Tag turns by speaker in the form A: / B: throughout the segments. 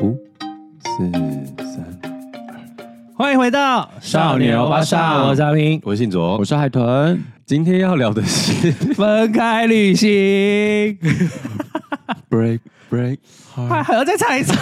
A: 五、四、三，
B: 欢迎回到
A: 少年欧巴桑
B: 我是阿平。
A: 我是信卓，
C: 我是海豚，
A: 今天要聊的是
B: 分开旅行，
A: break break，
B: 还还要再唱一次。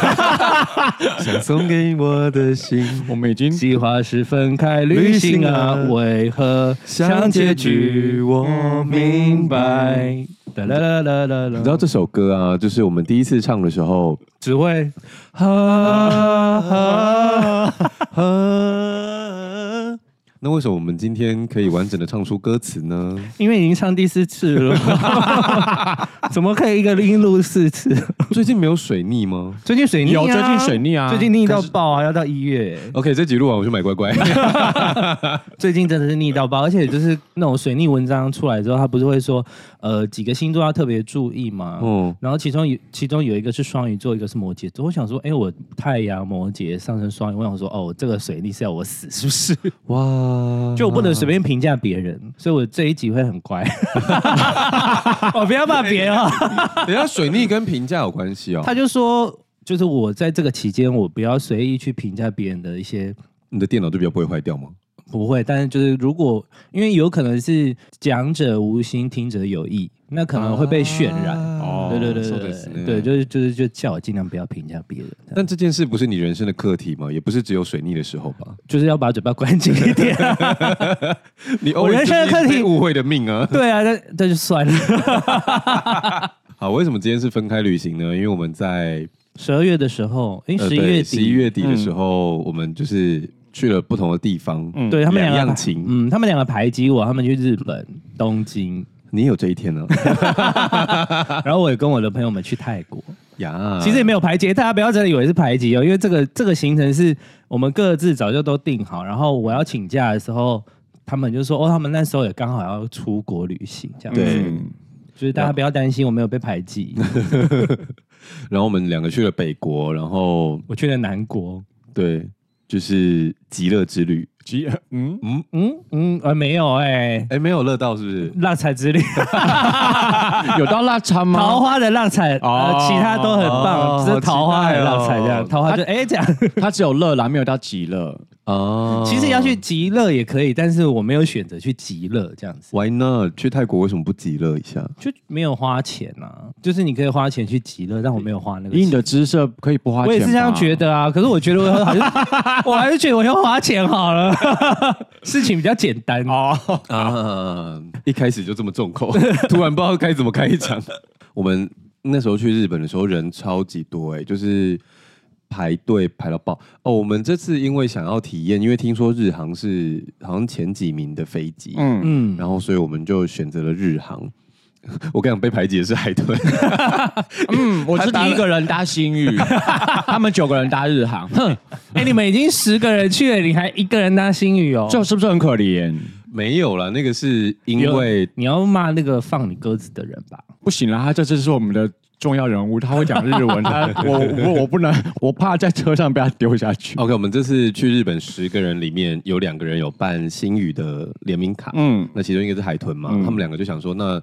A: 想送给 我的心。
C: 我们已经
B: 计划是分开旅行啊，为何想结局我明白？哒啦啦啦啦啦，
A: 你知道这首歌啊，就是我们第一次唱的时候，
B: 只会哈哈哈，
A: 那为什么我们今天可以完整的唱出歌词呢？
B: 因为已经唱第四次了， 怎么可以一个音录四次？
A: 最近没有水逆吗
B: 最近水逆啊
C: 有最近水逆啊
B: 最近逆到爆啊，要到一月。
A: ？OK，这集录完我去买乖乖。
B: 最近真的是逆到爆，而且就是那种水逆文章出来之后，他不是会说，呃，几个星座要特别注意嘛。
A: 嗯，
B: 然后其中有其中有一个是双鱼座，一个是摩羯座。我想说，哎，我太阳摩羯上升双鱼，我想说，哦，这个水逆是要我死是不是？
A: 哇，
B: 就我不能随便评价别人，所以我这一集会很乖。哦，不要骂别人啊！
A: 等一下水逆跟评价有关系哦。
B: 他就说，就是我在这个期间，我不要随意去评价别人的一些
A: 你的电脑就比较不会坏掉吗？
B: 不会，但是就是如果因为有可能是讲者无心，听者有意，那可能会被渲染。
A: 哦
B: 对对对
A: そう
B: 对
A: です
B: 对
A: ね
B: 对，就是就是就叫我尽量不要评价别人，
A: 但这件事不是你人生的课题吗？也不是只有水逆的时候 吧？
B: 就是要把嘴巴关紧一点。
A: 你
B: 我人生的课
A: always 被
B: 题
A: 误会的命啊！
B: 对啊，那那就算了。
A: 好，为什么今天是分开旅行呢？因为我们在
B: 十二月的时候，诶，十一月
A: 呃
B: 底，嗯
A: 十一月底的时候，我们就是去了不同的地方。嗯，
B: 对他们
A: 两
B: 两个
A: 样
B: 排
A: 情
B: 嗯，他们两个排挤我，他们去日本 东京，
A: 你也有这一天呢、啊
B: 然后我也跟我的朋友们去泰国。
A: 呀，
B: 其实也没有排挤，大家不要真的以为是排挤哦，因为这个这个行程是我们各自早就都定好，然后我要请假的时候，他们就说哦，他们那时候也刚好要出国旅行，这样子，
A: 对
C: 嗯
B: 就是大家不要担心我没有被排挤，
A: 然后我们两个去了北国，然后
B: 我去了南国，
A: 对，就是极乐之旅。
C: 急嗯，
B: 嗯嗯，呃没有哎、
A: 哎，没有乐到是不 是？
B: 浪彩之旅，
C: 有到腊肠
B: 桃
C: 吗？
B: 花的浪彩，
C: 哦
B: 呃，其他都很棒，
A: 哦
B: 只是桃花的浪彩
A: 好期待哦
B: 这样，桃花就哎、这样。
C: 它只有乐啦，没有到极乐。
A: 哦，
B: 其实要去极乐也可以，但是我没有选择去极乐这样子。
A: Why not？去泰国为什么不极乐一下？
B: 就没有花钱啊，就是你可以花钱去极乐，但我没有花那个
C: 以你
B: 钱。
C: 的姿色可以不花钱吧，
B: 我也是这样觉得啊，可是我觉得我好像，我还是觉得我要花钱好了， 事情比较简单。
C: 哦。
A: 啊，一开始就这么重 口，突然不知道该怎么开场。我们那时候去日本的时候，人超级多哎、就是排队排到爆哦。我们这次因为想要体验，因为听说日航是好像前几名的飞机，嗯，
B: 嗯，
C: 嗯，
A: 然后所以我们就选择了日航。 我跟你讲，被排挤的是海 豚，
C: 嗯，我是第一个人搭新宇， 他们九个人搭日航，哼，
B: 哎、你们已经十个人去了，你还一个人搭新宇哦？
C: 这是不是很可怜？
A: 没有啦，那个是因为
B: 你要骂那个放你鸽子的人吧？
C: 不行啦，他这次是我们的重要人物，他会讲日文， 他我我我不能，我怕在车上被他丢下去。
A: OK，我们这次去日本十个人里面有两个人有办星宇的联名卡，
C: 嗯
A: 那其中一个是海豚嘛，
C: 嗯
A: 他们两个就想说，那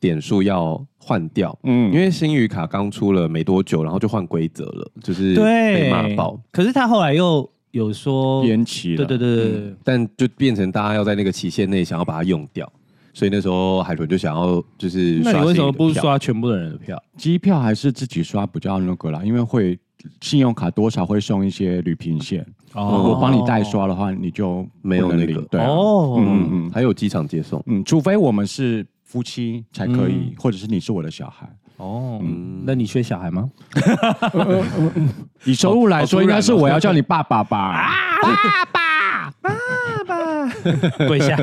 A: 点数要换掉，
C: 嗯
A: 因为星宇卡刚出了没多久，然后就换规则了，就是被骂爆，
B: 可是他后来又有说，
C: 延期了，
B: 对对对对对，
A: 但就变成大家要在那个期限内想要把它用掉，所以那时候海豚就想要就是
B: 那
A: 刷
B: 你为什
A: 星宇
B: 么
A: 的
B: 不
A: 票？
B: 刷全部的人的票？
C: 机票还是自己刷比较那个啦，因为会信用卡多少会送一些旅平线。如果帮你代刷的话，你就
A: 没有
C: 不能
A: 那个
C: 领对啊、
B: 哦，
C: 嗯嗯
A: 还有机场接送，
C: 嗯，除非我们是夫妻才可以，或者是你是我的小孩。
B: 哦，那你缺小孩吗？
C: 以收入来
A: 好突
B: 啊
C: 说，
A: 然哦
C: 应该是我要叫你爸 爸吧？
B: 跪下。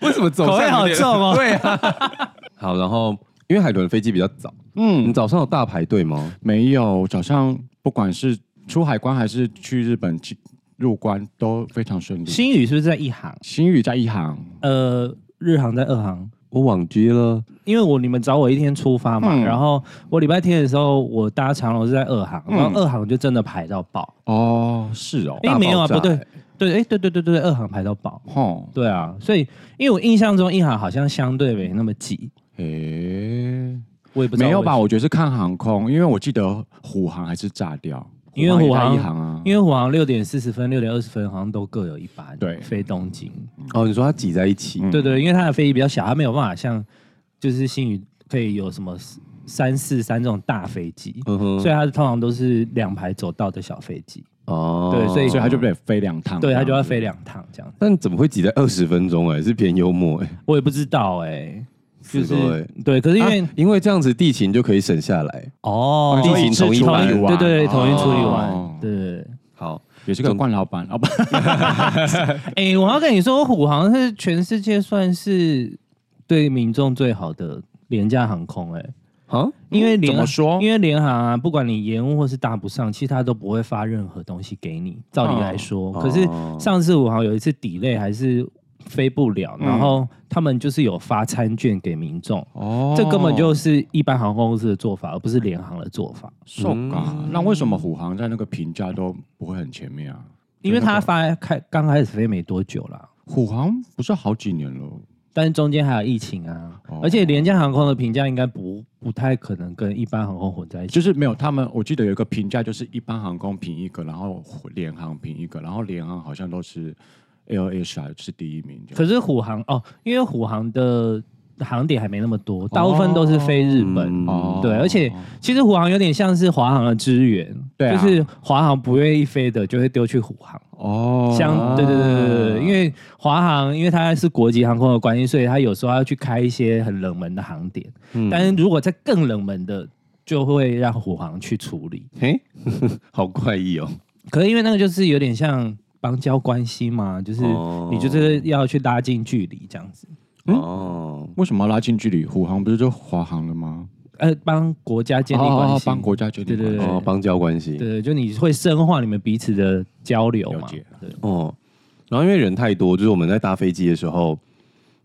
A: 为什么走
B: 口味
A: 向有
B: 好
A: 点
B: 重哦
A: 对啊，好，然后因为海豚的飞机比较早，
C: 嗯，
A: 你早上有大排队吗？
C: 没有，早上不管是出海关还是去日本去入关都非常顺利。
B: 新宇是不是在一行？
C: 新宇在一行，
B: 呃，日航在二航，
A: 我忘记了。
B: 因为我你们找我一天出发嘛，
C: 嗯
B: 然后我礼拜天的时候我搭长龙是在二航，
C: 嗯
B: 然后二航就真的排到爆。
C: 哦，是哦，
B: 哎、没有啊，
A: 大爆
B: 不
A: 炸
B: 对，对，哎、对对对对对，二航排到爆。
C: 吼，
B: 对啊，所以因为我印象中一航好像相对没那么挤，
C: 诶，
B: 我也不知道
C: 没有吧？
B: 为
C: 我觉得是看航空，因为我记得虎航还是炸掉，
B: 因为虎
C: 航
B: 航
C: 也在一航啊
B: 什么，，因为我好像六点四十分、六点二十分好像都各有一班
C: 对
B: 飞东京。
A: 哦，你说它挤在一起，
C: 嗯
B: 对对，因为它的飞机比较小，它没有办法像就是新宇可以有什么三四三这种大飞机，
A: 嗯哼
B: 所以它通常都是两排走道的小飞机，
A: 哦，
B: 对所以
C: 所以他就得飞两趟，
B: 对，它就要飞两趟这样。
A: 但怎么会挤在二十分钟、哎，是偏幽默哎、
B: 我也不知道哎、就是
A: 的欸
B: 是对，可是因为、
A: 啊因为这样子地勤就可以省下来。
B: 哦，
A: 地勤
B: 是
A: 同一班
B: 对对，统一处理
C: 哦
B: 完，对。
A: 好，
C: 也是个惯老板，啊不，
B: 哎、我要跟你说，虎航是全世界算是对民众最好的廉价航空、哎，
A: 啊，
B: 因为联
C: 嗯怎么说
B: 因为联航啊，不管你延误或是搭不上，其实它都不会发任何东西给你。照理来说，
A: 哦
B: 可是上次虎航有一次 delay 还是飞不了，
C: 嗯
B: 然后他们就是有发餐券给民众。
C: 哦
B: 这嗯根本就是一般航空公司的做法，而不是联航的做法，
C: 受嘎。那为什么虎航在那个评价都不会很前面啊？
B: 因为它发开刚开始飞没多久啦，
C: 虎航不是好几年了，
B: 但是中间还有疫情啊，
C: 哦
B: 而且廉价航空的评价应该不不太可能跟一般航空混在一起。
C: 就是没有他们，我记得有一个评价，就是一般航空评一个，然后联航评一个，然后联航好像都是 L H R 是第一名这样，
B: 可是虎航哦，因为虎航的航点还没那么多，大部分都是飞日本。
A: 嗯
C: 哦
B: 对，而且其实虎航有点像是华航的支援，
C: 对啊
B: 就是华航不愿意飞的就会丢去虎航。
C: 哦
B: 像对对对对对
A: 啊
B: 对，因为华航因为它是国际航空的关系，所以它有时候要去开一些很冷门的航点，
C: 嗯
B: 但是如果在更冷门的，就会让虎航去处理。
A: 嘿， 好怪异哦。
B: 可是因为那个就是有点像邦交关系嘛，就是
A: 哦
B: 你就是要去拉近距离这样子，
A: 哦，
C: 为什么要拉近距离？虎航不是就华航了吗？
B: 呃，帮国家建立关系，
C: 哦帮国家决定
B: 对对对
A: 哦，邦交关系。
B: 对对，就你会深化你们彼此的交流
C: 了
B: 嘛
C: 解？
B: 对，
A: 哦，然后因为人太多，就是我们在搭飞机的时候，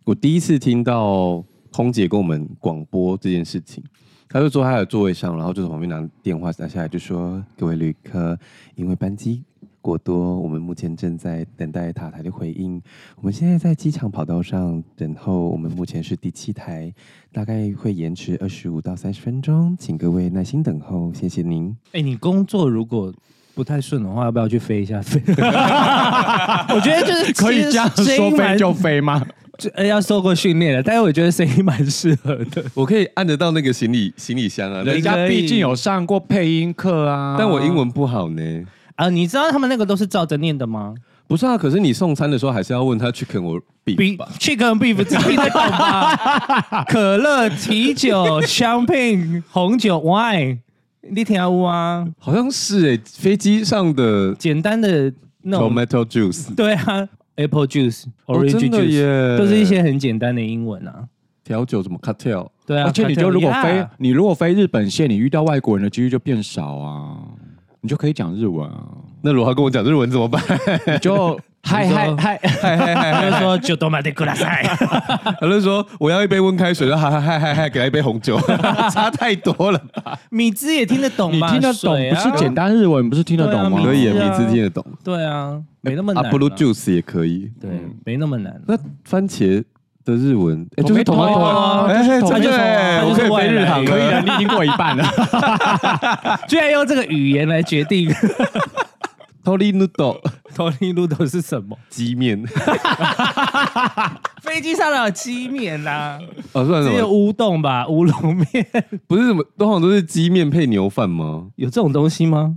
A: 我第一次听到空姐跟我们广播这件事情。她就坐她的座位上，然后就从旁边拿电话拿下来，就说：“各位旅客，因为班机过多，我们目前正在等待塔台的回应。我们现在在机场跑道上等候，我们目前是第七台，大概会延迟二十五到三十分钟，请各位耐心等候，谢谢您。
B: 哎，你工作如果不太顺的话，要不要去飞一下？ 飞我觉得就是
C: 可以这样
B: 其实声音
C: 说飞
B: 蛮
C: 就飞吗？
B: 就呃要受过训练的，但是我觉得声音蛮适合的。
A: 我可以按得到那个行李行李箱啊，但
C: 人
A: 是
C: 家毕竟有上过配音课啊，
A: 但我英文不好呢。
B: 啊，你知道他们那个都是照着念的吗？
A: 不是啊，可是你送餐的时候还是要问他去啃我
B: 比
A: beef 吧？
B: Chicken Beef 自己懂 吗？可乐、啤酒、champagne、红酒、wine，你听有啊？
A: 好像是哎、飞机上的
B: 简单的那种
A: tomato juice
B: 对啊，apple juice、
A: 哦
B: orange
A: 真的
B: juice，、
A: 耶
B: 都是一些很简单的英文啊。
A: 调酒什么 cocktail，
B: 对啊，
C: 而且
B: cocktail，
C: 你就如果
B: yeah
C: 飞，你如果飞日本线，你遇到外国人的几率就变少啊，你就可以讲日文啊，
A: 那如果他跟我讲日文怎么办？
C: 你 就嗨嗨嗨，
B: 他就说就多买点过来塞，
A: 他就说我要一杯温开水，说嗨嗨嗨嗨嗨，给他一杯红酒，差太多了吧？
B: 米汁也听得懂
C: 你
B: 吗？
C: 听得懂
B: 水
C: 不
B: 啊
C: 是简单日文，不是听得懂
B: 对
C: 吗？
B: 啊
A: 可以耶，
B: 是
A: 米
B: 啊
A: 字听得懂
B: 对啊，没那么
A: 啊
B: 难、啊。
A: ，blue juice 也可以。
B: 对，没那么难、
A: 那番茄的日文哎，就是
C: Tomato 啊
A: tomato，哎，
C: 就是
A: 真的
B: tomato
A: 耶
B: 啊
A: 哎我可以啊
B: 就是
A: 飞日航
B: 外
C: 可以
A: 了
C: 了，。你已经过一 半了。
B: 啊居然用这个语言来决定
A: Tori noodle
B: 头尼路都是什么？
A: 鸡面，
B: 飞机上哪有鸡面啦、
A: 哦，算什
B: 只有
A: 么？
B: 乌冬吧，乌龙面
A: 不是什么，通常都是鸡面配牛饭吗？
B: 有这种东西吗？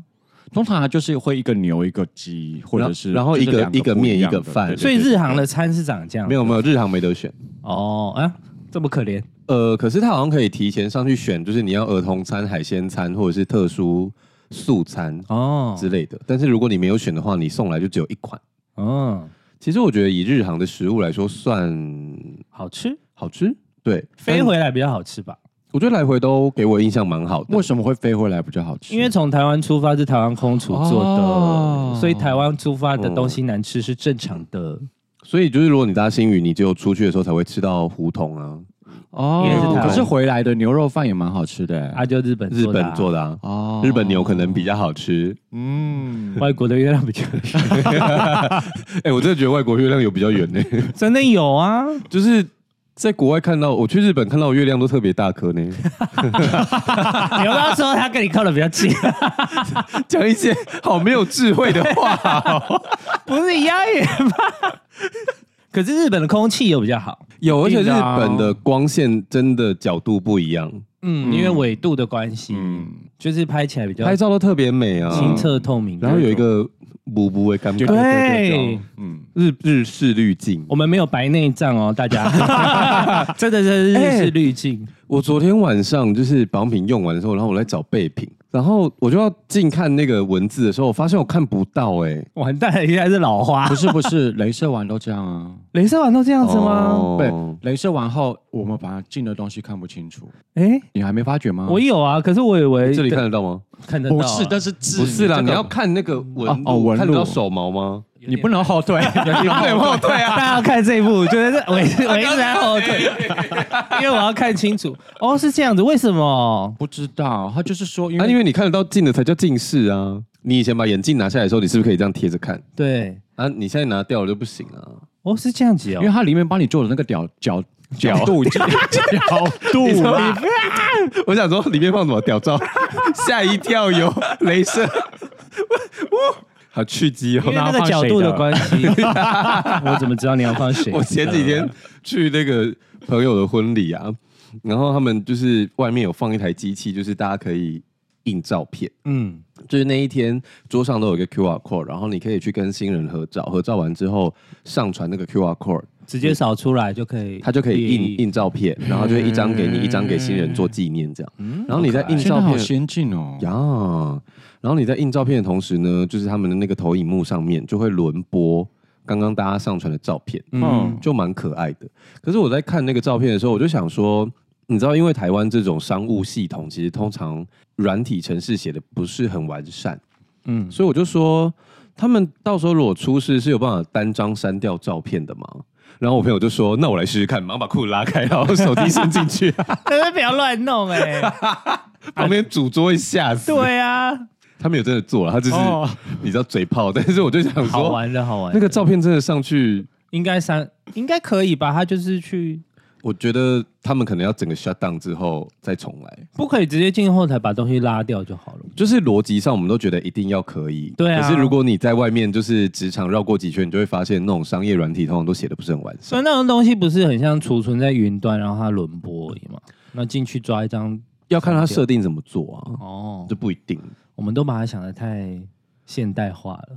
C: 通常它就是会一个牛一个鸡，或者是
A: 然后
C: 就是
A: 一个
C: 两
A: 一个
C: 不
A: 面
C: 样
A: 一个
C: 的
A: 饭
C: 对对
B: 所以
C: 对
B: 日航的餐是长这样。
A: 没有没有，日航没得选。
B: 哦啊，这么可怜。
A: 呃，可是他好像可以提前上去选，就是你要儿童餐、海鲜餐或者是特殊素餐
B: 哦，
A: 之类的。但是如果你没有选的话，你送来就只有一款。
B: 嗯，
A: 其实我觉得以日航的食物来说，算
B: 好吃，
A: 好吃。对，
B: 飞
A: 但
B: 回来比较好吃吧？
A: 我觉得来回都给我印象蛮好的
C: 为。什么会飞回来比较好吃？
B: 因为从台湾出发是台湾空厨做的，
C: 哦
B: 所以台湾出发的东西难吃是正常的。
A: 所以就是如果你搭新宇，你只有出去的时候才会吃到胡同啊，
B: 因为是台
C: 哦，
B: 湾
C: 可是回来的牛肉饭也蛮好吃的
B: 啊，就日本
A: 日
B: 的啊
A: 本做的啊。
C: 哦
A: 日本牛可能比较好吃，
C: 嗯，
B: 外国的月亮比较圆
A: 哎、我真的觉得外国月亮有比较圆呢、
B: 真的有啊，
A: 就是在国外看到，我去日本看到月亮都特别大颗呢，
B: 你要不要说他跟你靠的比较近？
A: 讲一些好没有智慧的话哦、
B: 不是一样也吧？可是日本的空气又比较好，
A: 有，而且
C: 一
A: 日
C: 定的啊
A: 本的光线真的角度不一样，
B: 嗯，因为纬度的关系，
C: 嗯，
B: 就是拍起来比较
A: 拍照都特别美啊。
B: 清澈透明。
A: 然后有一个补补的感觉，
B: 对
C: 嗯，
A: 日日式滤镜。
B: 我们没有白内障哦，大 家，真的是日式滤镜，
A: 我昨天晚上就是保养品用完的时候，然后我来找备品，然后我就要近看那个文字的时候，我发现我看不到哎、欸，
B: 完蛋了，原来是老花
C: 不。是不是，镭射完都这样啊。
B: 镭射完都这样子吗？
A: 哦
C: 对，镭射完后，我们把进的东西看不清楚，
B: 哎，
C: 你还没发觉吗？
B: 我有啊，可是我以为
A: 这里看得到吗？
B: 看得到
C: 不
B: 啊，
C: 是，但是字
A: 不是啦，
C: 这个
A: 你要看那个纹
C: 哦哦纹
A: 看得到
C: 路
A: 手毛吗？
C: 你不能后退， 你不能后退啊！
B: 大家要看这一部，觉 得是我一直我一直在后退，因为我要看清楚。哦，是这样子，为什么？
C: 不知道，他就是说，因
A: 啊，
C: 为
A: 因为你看得到近的才叫近视啊。你以前把眼镜拿下来的时候，你是不是可以这样贴着看？
B: 对，
A: 啊，你现在拿掉了就不行啊。
B: 哦，是这样子哦
C: 因为。它里面帮你做的那个角角角度角度啊啦，
A: 我想说里面放什么屌照， 吓一跳哟， 镭射，好刺激
B: 因为
A: 哦！
B: 那个角度的关系， 我怎么知道你要放 谁？
A: 我前几天去那个朋友的婚礼啊，然后他们就是外面有放一台机器，就是大家可以印照片。
B: 嗯，
A: 就是那一天桌上都有一个 QR code，然后你可以去跟新人合照，合照完之后上传那个 QR code，
B: 直接扫出来嗯就可以，
A: 它就可以印印照片，
C: 嗯
A: 然后就一张给你，一张给新人做纪念这样。然后你在印
C: 现在
A: 照
C: 嗯好
A: 片
C: 先进哦，
A: 呀，然后你在印照片的同时呢，就是他们的那个投影幕上面就会轮播刚刚大家上传的照片，
C: 嗯，
A: 就蛮可爱的。可是我在看那个照片的时候，我就想说，你知道，因为台湾这种商务系统，其实通常软体程式写的不是很完善，
B: 嗯，
A: 所以我就说，他们到时候如果出事是有办法单张删掉照片的吗？然后我朋友就说：“那我来试试看，马上把裤子拉开，然后手机伸进去，
B: 但 是不要乱弄哎。
A: 旁边主桌会吓死。”
B: 对啊，
A: 他没有真的做了，他就是、
C: 哦
A: 你知道嘴炮，但是我就想
B: 好
A: 说，
B: 玩的好玩的。
A: 那个照片真的上去，
B: 应该三应该可以吧？他就是去
A: 我觉得他们可能要整个 shut down 之后再重来。
B: 不可以直接进后台把东西拉掉就好了。
A: 就是逻辑上，我们都觉得一定要可以。
B: 对啊
A: 可是如果你在外面就是职场绕过几圈，你就会发现那种商业软体通常都写的不是很完善。
B: 所以那种东西不是很像储存在云端，然后它轮播而已嘛？那进去抓一张
A: 要看它设定怎么做啊，
B: 哦
A: 这，不一定。啊
B: 我们都把它想的太现代化了，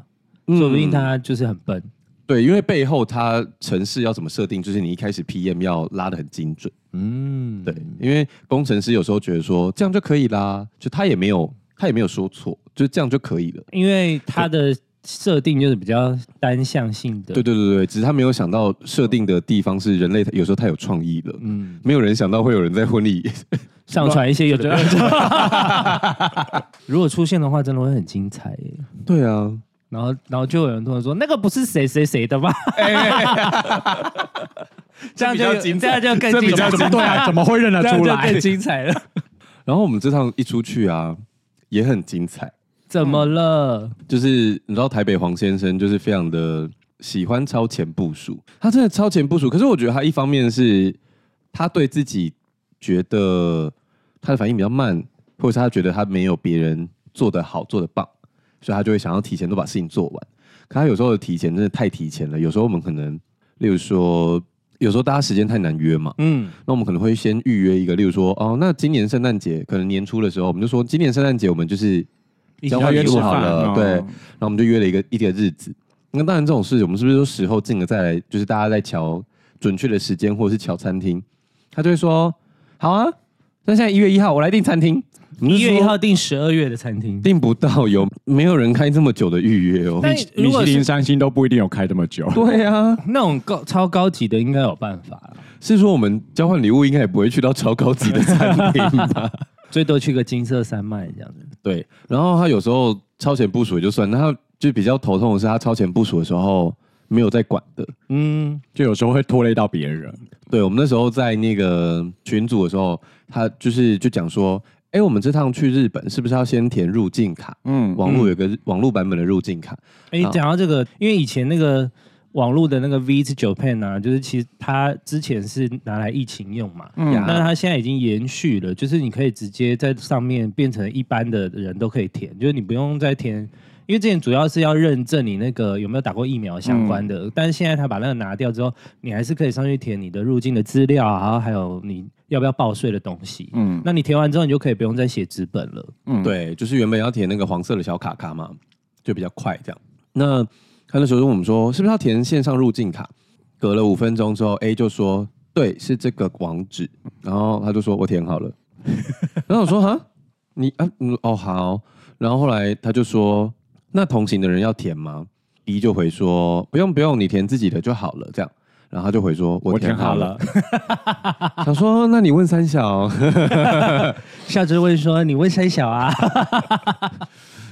A: 嗯
B: 说不定它就是很笨。
A: 对，因为背后它城市要怎么设定，就是你一开始 PM 要拉的很精准。
B: 嗯，
A: 对，因为工程师有时候觉得说这样就可以啦，就他也没有他也没有说错，就是这样就可以了。
B: 因为它的设定就是比较单向性的。
A: 对对对对，只是他没有想到设定的地方是人类有时候太有创意了，
B: 嗯，
A: 没有人想到会有人在婚礼。
B: 上传一些有的没 的如果出现的话，真的会很精彩耶。
A: 对啊，
B: 然后，然后就有人突然说：“那个不是谁谁谁的吧？” 这样就有
A: 哎这比较精
B: 这
A: 彩
B: 样就更
A: 这比
B: 精彩
A: 较，
C: 对啊，怎么会认得
B: 这样
C: 出
B: 就
C: 来
B: 更？精彩了。
A: 然后我们这趟一出去啊，也很精彩，
B: 怎么了？
A: 就是你知道台北黄先生就是非常的喜欢超前部署，他真的超前部署。可是我觉得他一方面是他对自己觉得他的反应比较慢，或者是他觉得他没有别人做得好、做得棒，所以他就会想要提前都把事情做完。可他有时候的提前真的太提前了，有时候我们可能，例如说，有时候大家时间太难约嘛，
B: 嗯，
A: 那我们可能会先预约一个，例如说，哦，那今年圣诞节可能年初的时候，我们就说今年圣诞节我们就是交换
C: 约
A: 礼
C: 吃
A: 物
C: 饭
A: 好了，
C: 哦
A: 对，然后我们就约了一个一个日子。那当然这种事，我们是不是说时候近了再来，就是大家在瞧准确的时间，或者是瞧餐厅，他就会说，好啊，那现在一月一号我来订餐厅，我们
B: 一
A: 就说
B: 月一号订十二月的餐厅，
A: 订不到，有没有人开这么久的预约哦？
B: 但如
C: 米
B: 果
C: 其
B: 是
C: 林三星都不一定有开这么久。
A: 对啊，
B: 那种高超高级的，应该有办法啦
A: 是说我们交换礼物应该也不会去到超高级的餐厅 吧？
B: 最多去个金色山脉这样子。
A: 对，然后他有时候超前部署也就算，那他就比较头痛的是，他超前部署的时候没有在管的。
B: 嗯，
C: 就有时候会拖累到别人。
A: 对我们那时候在那个群组的时候，他就是就讲说，哎，我们这趟去日本是不是要先填入境卡？
C: 嗯，
A: 网络有个、网络版本的入境卡，
B: 哎，
A: 好
B: 讲到这个，因为以前那个。网络的那个 V 是 Japan 啊，就是其实它之前是拿来疫情用嘛，
C: 嗯
A: 呀
B: 那它现在已经延续了，就是你可以直接在上面变成一般的人都可以填，就是你不用再填。因为之前主要是要认证你那个有没有打过疫苗相关的，但是现在他把那个拿掉之后，你还是可以上去填你的入境的资料啊，然后还有你要不要报税的东西。
C: 嗯
B: 那你填完之后，你就可以不用再写纸本了。
C: 嗯，
A: 对，就是原本要填那个黄色的小卡卡嘛，就比较快这样。那他那时候问我们说，是不是要填线上入境卡？隔了五分钟之后，A 就说，对，是这个网址。然后他就说我填好了。 然后我说哈，你啊，嗯哦好。然后后来他就说，那同行的人要填吗？B 就回说不用不用，你填自己的就好了这样。然后他就回说我
C: 我
A: 填
C: 填
A: 好
C: 好
A: 了
C: 了。，
A: 想说那你问三小。
B: 夏之问说：“你问谁小啊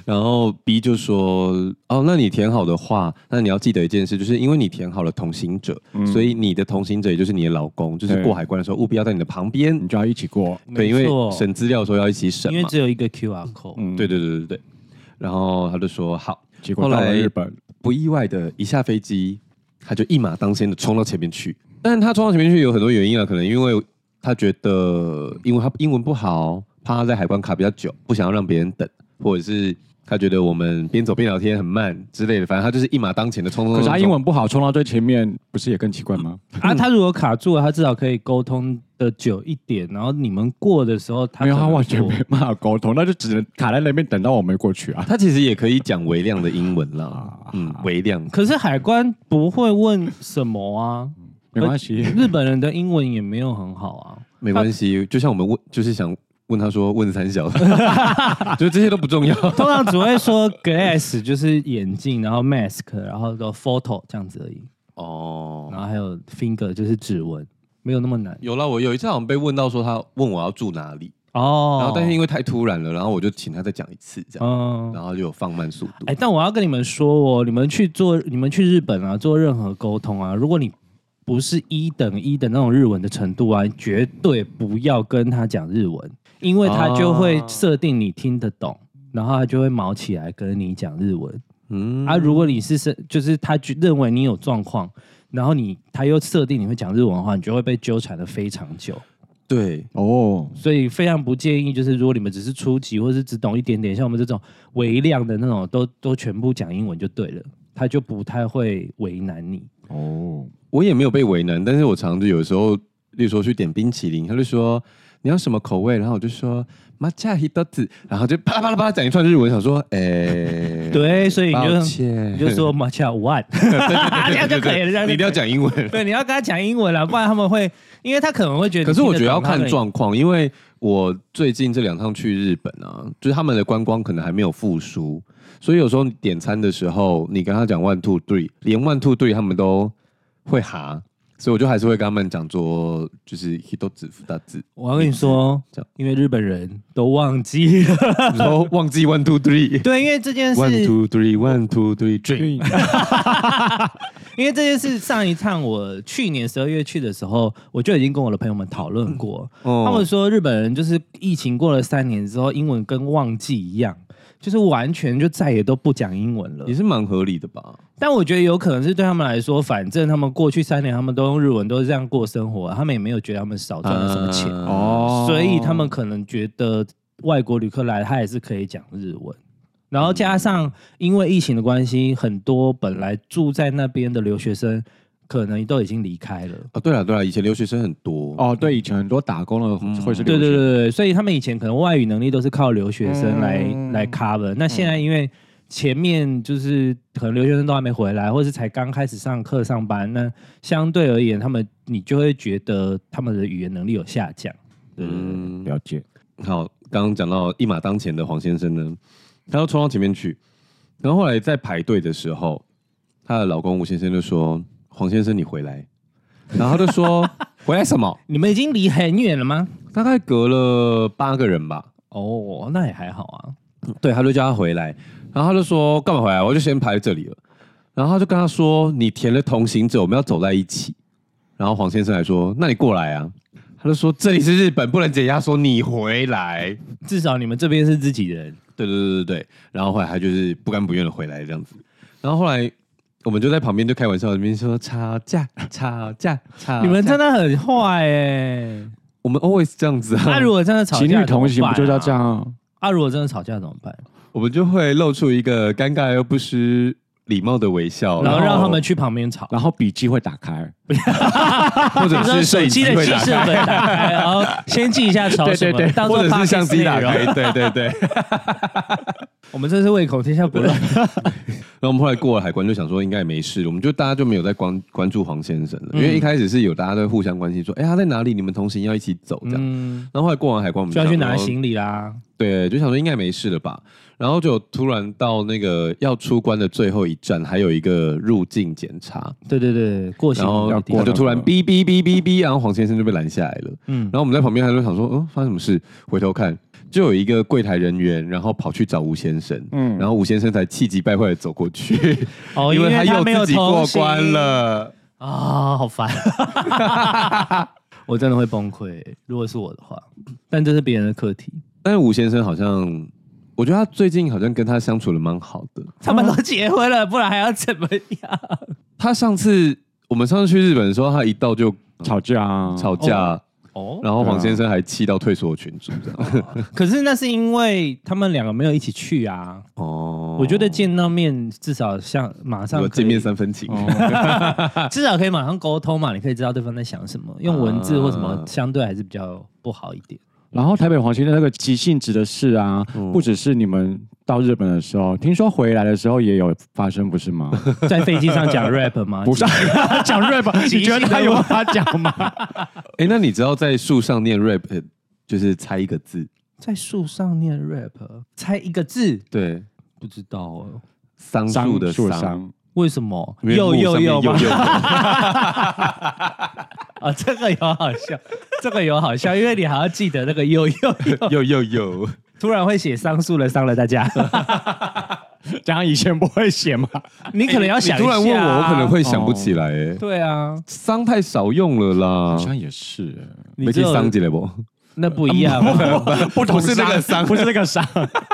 A: 然后 B 就说：“哦，那你填好的话，那你要记得一件事，就是因为你填好了同行者，所以你的同行者也就是你的老公，就是
C: 对
A: 过海关的时候务必要在你的旁边
C: 你。就要一起过。
A: 对，
B: 没
A: 因为
B: 错
A: 审资料的时候要一起？”审
B: 因为
A: 嘛。
B: 只有一个 QR code。
C: 嗯，
A: 对对对对对。然后他就说：“好。”
C: 结
A: 后
C: 果到
A: 来
C: 了日本，
A: 不意外的，一下飞机他就一马当先的冲到前面去。但他冲到前面去有很多原因啊，可能因为他觉得，因为他英文不好，怕他在海关卡比较久，不想要让别人等，或者是他觉得我们边走边聊天很慢之类的。反正他就是一马当前的冲冲冲。
C: 可是他
A: 冲
C: 英文不好，冲到最前面，不是也更奇怪吗？
B: 啊，他如果卡住了，他至少可以沟通的久一点，然后你们过的时候他
C: 没有，
B: 可
C: 他
B: 能
C: 完全
B: 过
C: 没办法沟通，那就只能卡在那边等到我们过去 啊。
A: 他其实也可以讲微量的英文啦，
C: 啊，
A: 嗯，微量。
B: 可是海关不会问什么啊，
C: 没关系，
B: 日本人的英文也没有很好啊。
A: 没关系，就像我们问，就是想问他说问三小， 就这些都不重要。
B: 通常只会说 glass 就是眼镜，然后 mask，然后说 photo 这样子而已，
A: 哦
B: 然后还有 finger 就是指纹，没有那么难
A: 有啦，我有一次好像被问到说他问我要住哪里，
B: 哦。
A: 然后但是因为太突然了，然后我就请他再讲一次这样，
B: 嗯，
A: 然后就有放慢速度。
B: 哎、但我要跟你们说哦，你们去做，你们去日本啊，做任何沟通啊，如果你不是一等一的那种日文的程度啊，绝对不要跟他讲日文，因为他就会
A: 哦
B: 设定你听得懂，然后他就会毛起来跟你讲日文。
A: 嗯
B: 啊，如果你是是就是他觉认为你有状况，然后你他又设定你会讲日文的话，你就会被纠缠的非常久。
A: 对，
C: 哦，
B: 所以非常不建议，就是如果你们只是初级或是只懂一点点，像我们这种微量的那种，都都全部讲英文就对了，他就不太会为难你。
C: 哦，
A: 我也没有被为难，但是我常就有时候，例如说去点冰淇淋，他就说你要什么口味，然后我就说抹茶黑豆子，然后就啪啦啪啦啪啦讲一串日文，想说哎，
B: 对，所以你
A: 抱
B: 就
A: 歉，
B: 你就说 much one，这样就可以了，这样
A: 你
B: 就
A: 一定要讲英文。
B: 对，你要跟他讲英文啦，不然他们会，因为他可能会觉得
A: 可
B: 你
A: 是我
B: 听得懂他的。
A: 觉得要看状况，因为我最近这两趟去日本啊，就是他们的观光可能还没有复苏，所以有时候你点餐的时候，你跟他讲 one two three，连 one two three 他们都会哈，所以我就还是会跟他们讲说，就是 hito 子福大字，
B: 我要跟你说
A: 这样，
B: 因为日本人都忘记 了。
A: 然后忘记 one two three。
B: 对，因为这件事
A: One two three, one two three, drink。
B: 因为这件事，上一趟我去年十二月去的时候，我就已经跟我的朋友们讨论过。他们
A: 哦，
B: 说日本人就是疫情过了三年之后，英文跟忘记一样，就是完全就再也都不讲英文了
A: 也。是蛮合理的吧？
B: 但我觉得有可能是对他们来说，反正他们过去三年他们都用日文，都是这样过生活，他们也没有觉得他们少赚了什么钱，
A: 啊
C: 哦，
B: 所以他们可能觉得外国旅客来他也是可以讲日文。然后加上因为疫情的关系，很多本来住在那边的留学生可能都已经离开了。
A: 哦，对了对了，以前留学生很多
C: 哦，对，以前很多打工的会是
B: 对对
C: 留学
B: 对对，所以他们以前可能外语能力都是靠留学生来、
C: 嗯
B: 来 cover。那现在因为前面就是可能留学生都还没回来，或是才刚开始上课上班，那相对而言，他们你就会觉得他们的语言能力有下降。对对对，
A: 嗯
C: 了解，
A: 好，刚刚讲到一马当前的黄先生呢，他要冲到前面去，然后后来在排队的时候，她的老公吴先生就说：“黄先生，你回 来。”然后他就说：“回来什么
B: 你们已经离很远了吗？？”
A: 大概隔了八个人吧，
B: 哦，那也还好啊。
A: 对，他就叫他回来，然后他就说：“干嘛回来？我就先排这里了。”然后他就跟他说：“你填了同行者，我们要走在一起。”然后黄先生还说：“那你过来啊。”他就说：“这里是日本，不能解压缩，你回来。”
B: 至少你们这边是自己人。
A: 对对对对对，然后后来他就是不甘不愿的回来这样子，然后后来我们就在旁边就开玩笑，里面说吵架、吵架、
C: 啊
A: 吵架。
B: 你们真的很坏哎！
A: 我们 always 这样子
B: 那
A: 啊，
B: 如果真的吵架，
C: 情侣同行不就要这样？啊？
B: 啊，如果真的吵架怎么办？
A: 我们就会露出一个尴尬又不失礼貌的微笑，
B: 然后让他们去旁边吵，
C: 然后笔记会打开，
A: 或者是摄
B: 手
A: 影
B: 机
A: 机
B: 的
A: 会
B: 记
A: 打
B: 事
A: 开，啊
B: 本打开，然后先记一下吵什么，当
A: 或
B: 做
A: 者是相机打
B: podcast 内
A: 开，
B: 容
A: 对对对。
B: 我们真是胃口天下不乱。
A: 然后我们后来过了海关，就想说应该也没事，我们就大家就没有再关关注黄先生了，因
B: 嗯
A: 为一开始是有大家在互相关心，说，哎、他在哪里？你们同行要一起走这样。
B: 嗯，
A: 然后后来过完海关，我们
B: 就要去
A: 想说
B: 拿行李啦。
A: 对，就想说应该没事了吧。然后就突然到那个要出关的最后一站，还有一个入境检查，
B: 对对对，过行
A: 然后
B: 李要
A: 他
B: 过
A: 就突然
C: 那个
A: 哔哔哔哔哔，然后黄先生就被拦下来了。
B: 嗯
A: 然，后我们在旁边还就想说，嗯，发生什么事？回头看，就有一个柜台人员，然后跑去找吴先生，嗯，
C: 嗯
A: 然后吴先生才气急败坏的走过去，
B: 哦，
A: 因
B: 因
A: 为
B: 他
A: 又
B: 没有
A: 自己
B: 同
A: 过
B: 行
A: 关了。
B: 啊，好烦！ 我真的会崩溃，如果是我的话，但这是别人的课题。
A: 但是吴先生好像，我觉得他最近好像跟他相处的蛮好的。
B: 他们都结婚了，不然还要怎么样？
A: 他上次我们上次去日本的时候，他一到就
C: 吵架啊，
A: 吵架，
B: 哦，
A: 然后黄先生还气到退缩群组这样。
B: 可是那是因为他们两个没有一起去啊。
A: 哦，
B: 我觉得见到面至少像马上
A: 有
B: 可以
A: 见面，三分情。
B: 至少可以马上沟通嘛，你可以知道对方在想什么。用文字或什么相对还是比较不好一点。
C: 然后台北黄先生那个急性子的事啊，不只是你们到日本的时候，听说回来的时候也有发生，不是 吗？
B: 在飞机 上讲 rap 吗？啊
C: 不是讲 rap，
B: 急性
C: 你觉得他有办法讲吗？
A: 哎、那你知道在树上念 rap 呃就是猜一个字？
B: 在树上念 rap，猜一个字，
A: 对，
B: 不知道哦，
A: 桑树的
C: 树
A: 桑，
C: 伤，
B: 为什么？
A: 因为
B: 又
A: 木
B: 又
A: 上面
B: 又吗？
A: 又
B: 啊，这个有好笑，这个有好笑，因为你还要记得那个又又 又，
A: 又又又，
B: 突然会写桑树了，伤了大 家。
C: 讲以前不会写吗？
B: 你可能要
A: 你
B: 想一下、
A: 突然问我，我可能。会想不起来、哎、
B: 对啊，
A: 桑太少用了
C: 好
A: 啦，
C: 像也是，
B: 你
A: 没
B: 只
A: 去
B: 有
A: 桑吉来不？
B: 那不一样，啊
C: 不
A: 同是那个
C: 伤，不是那个伤，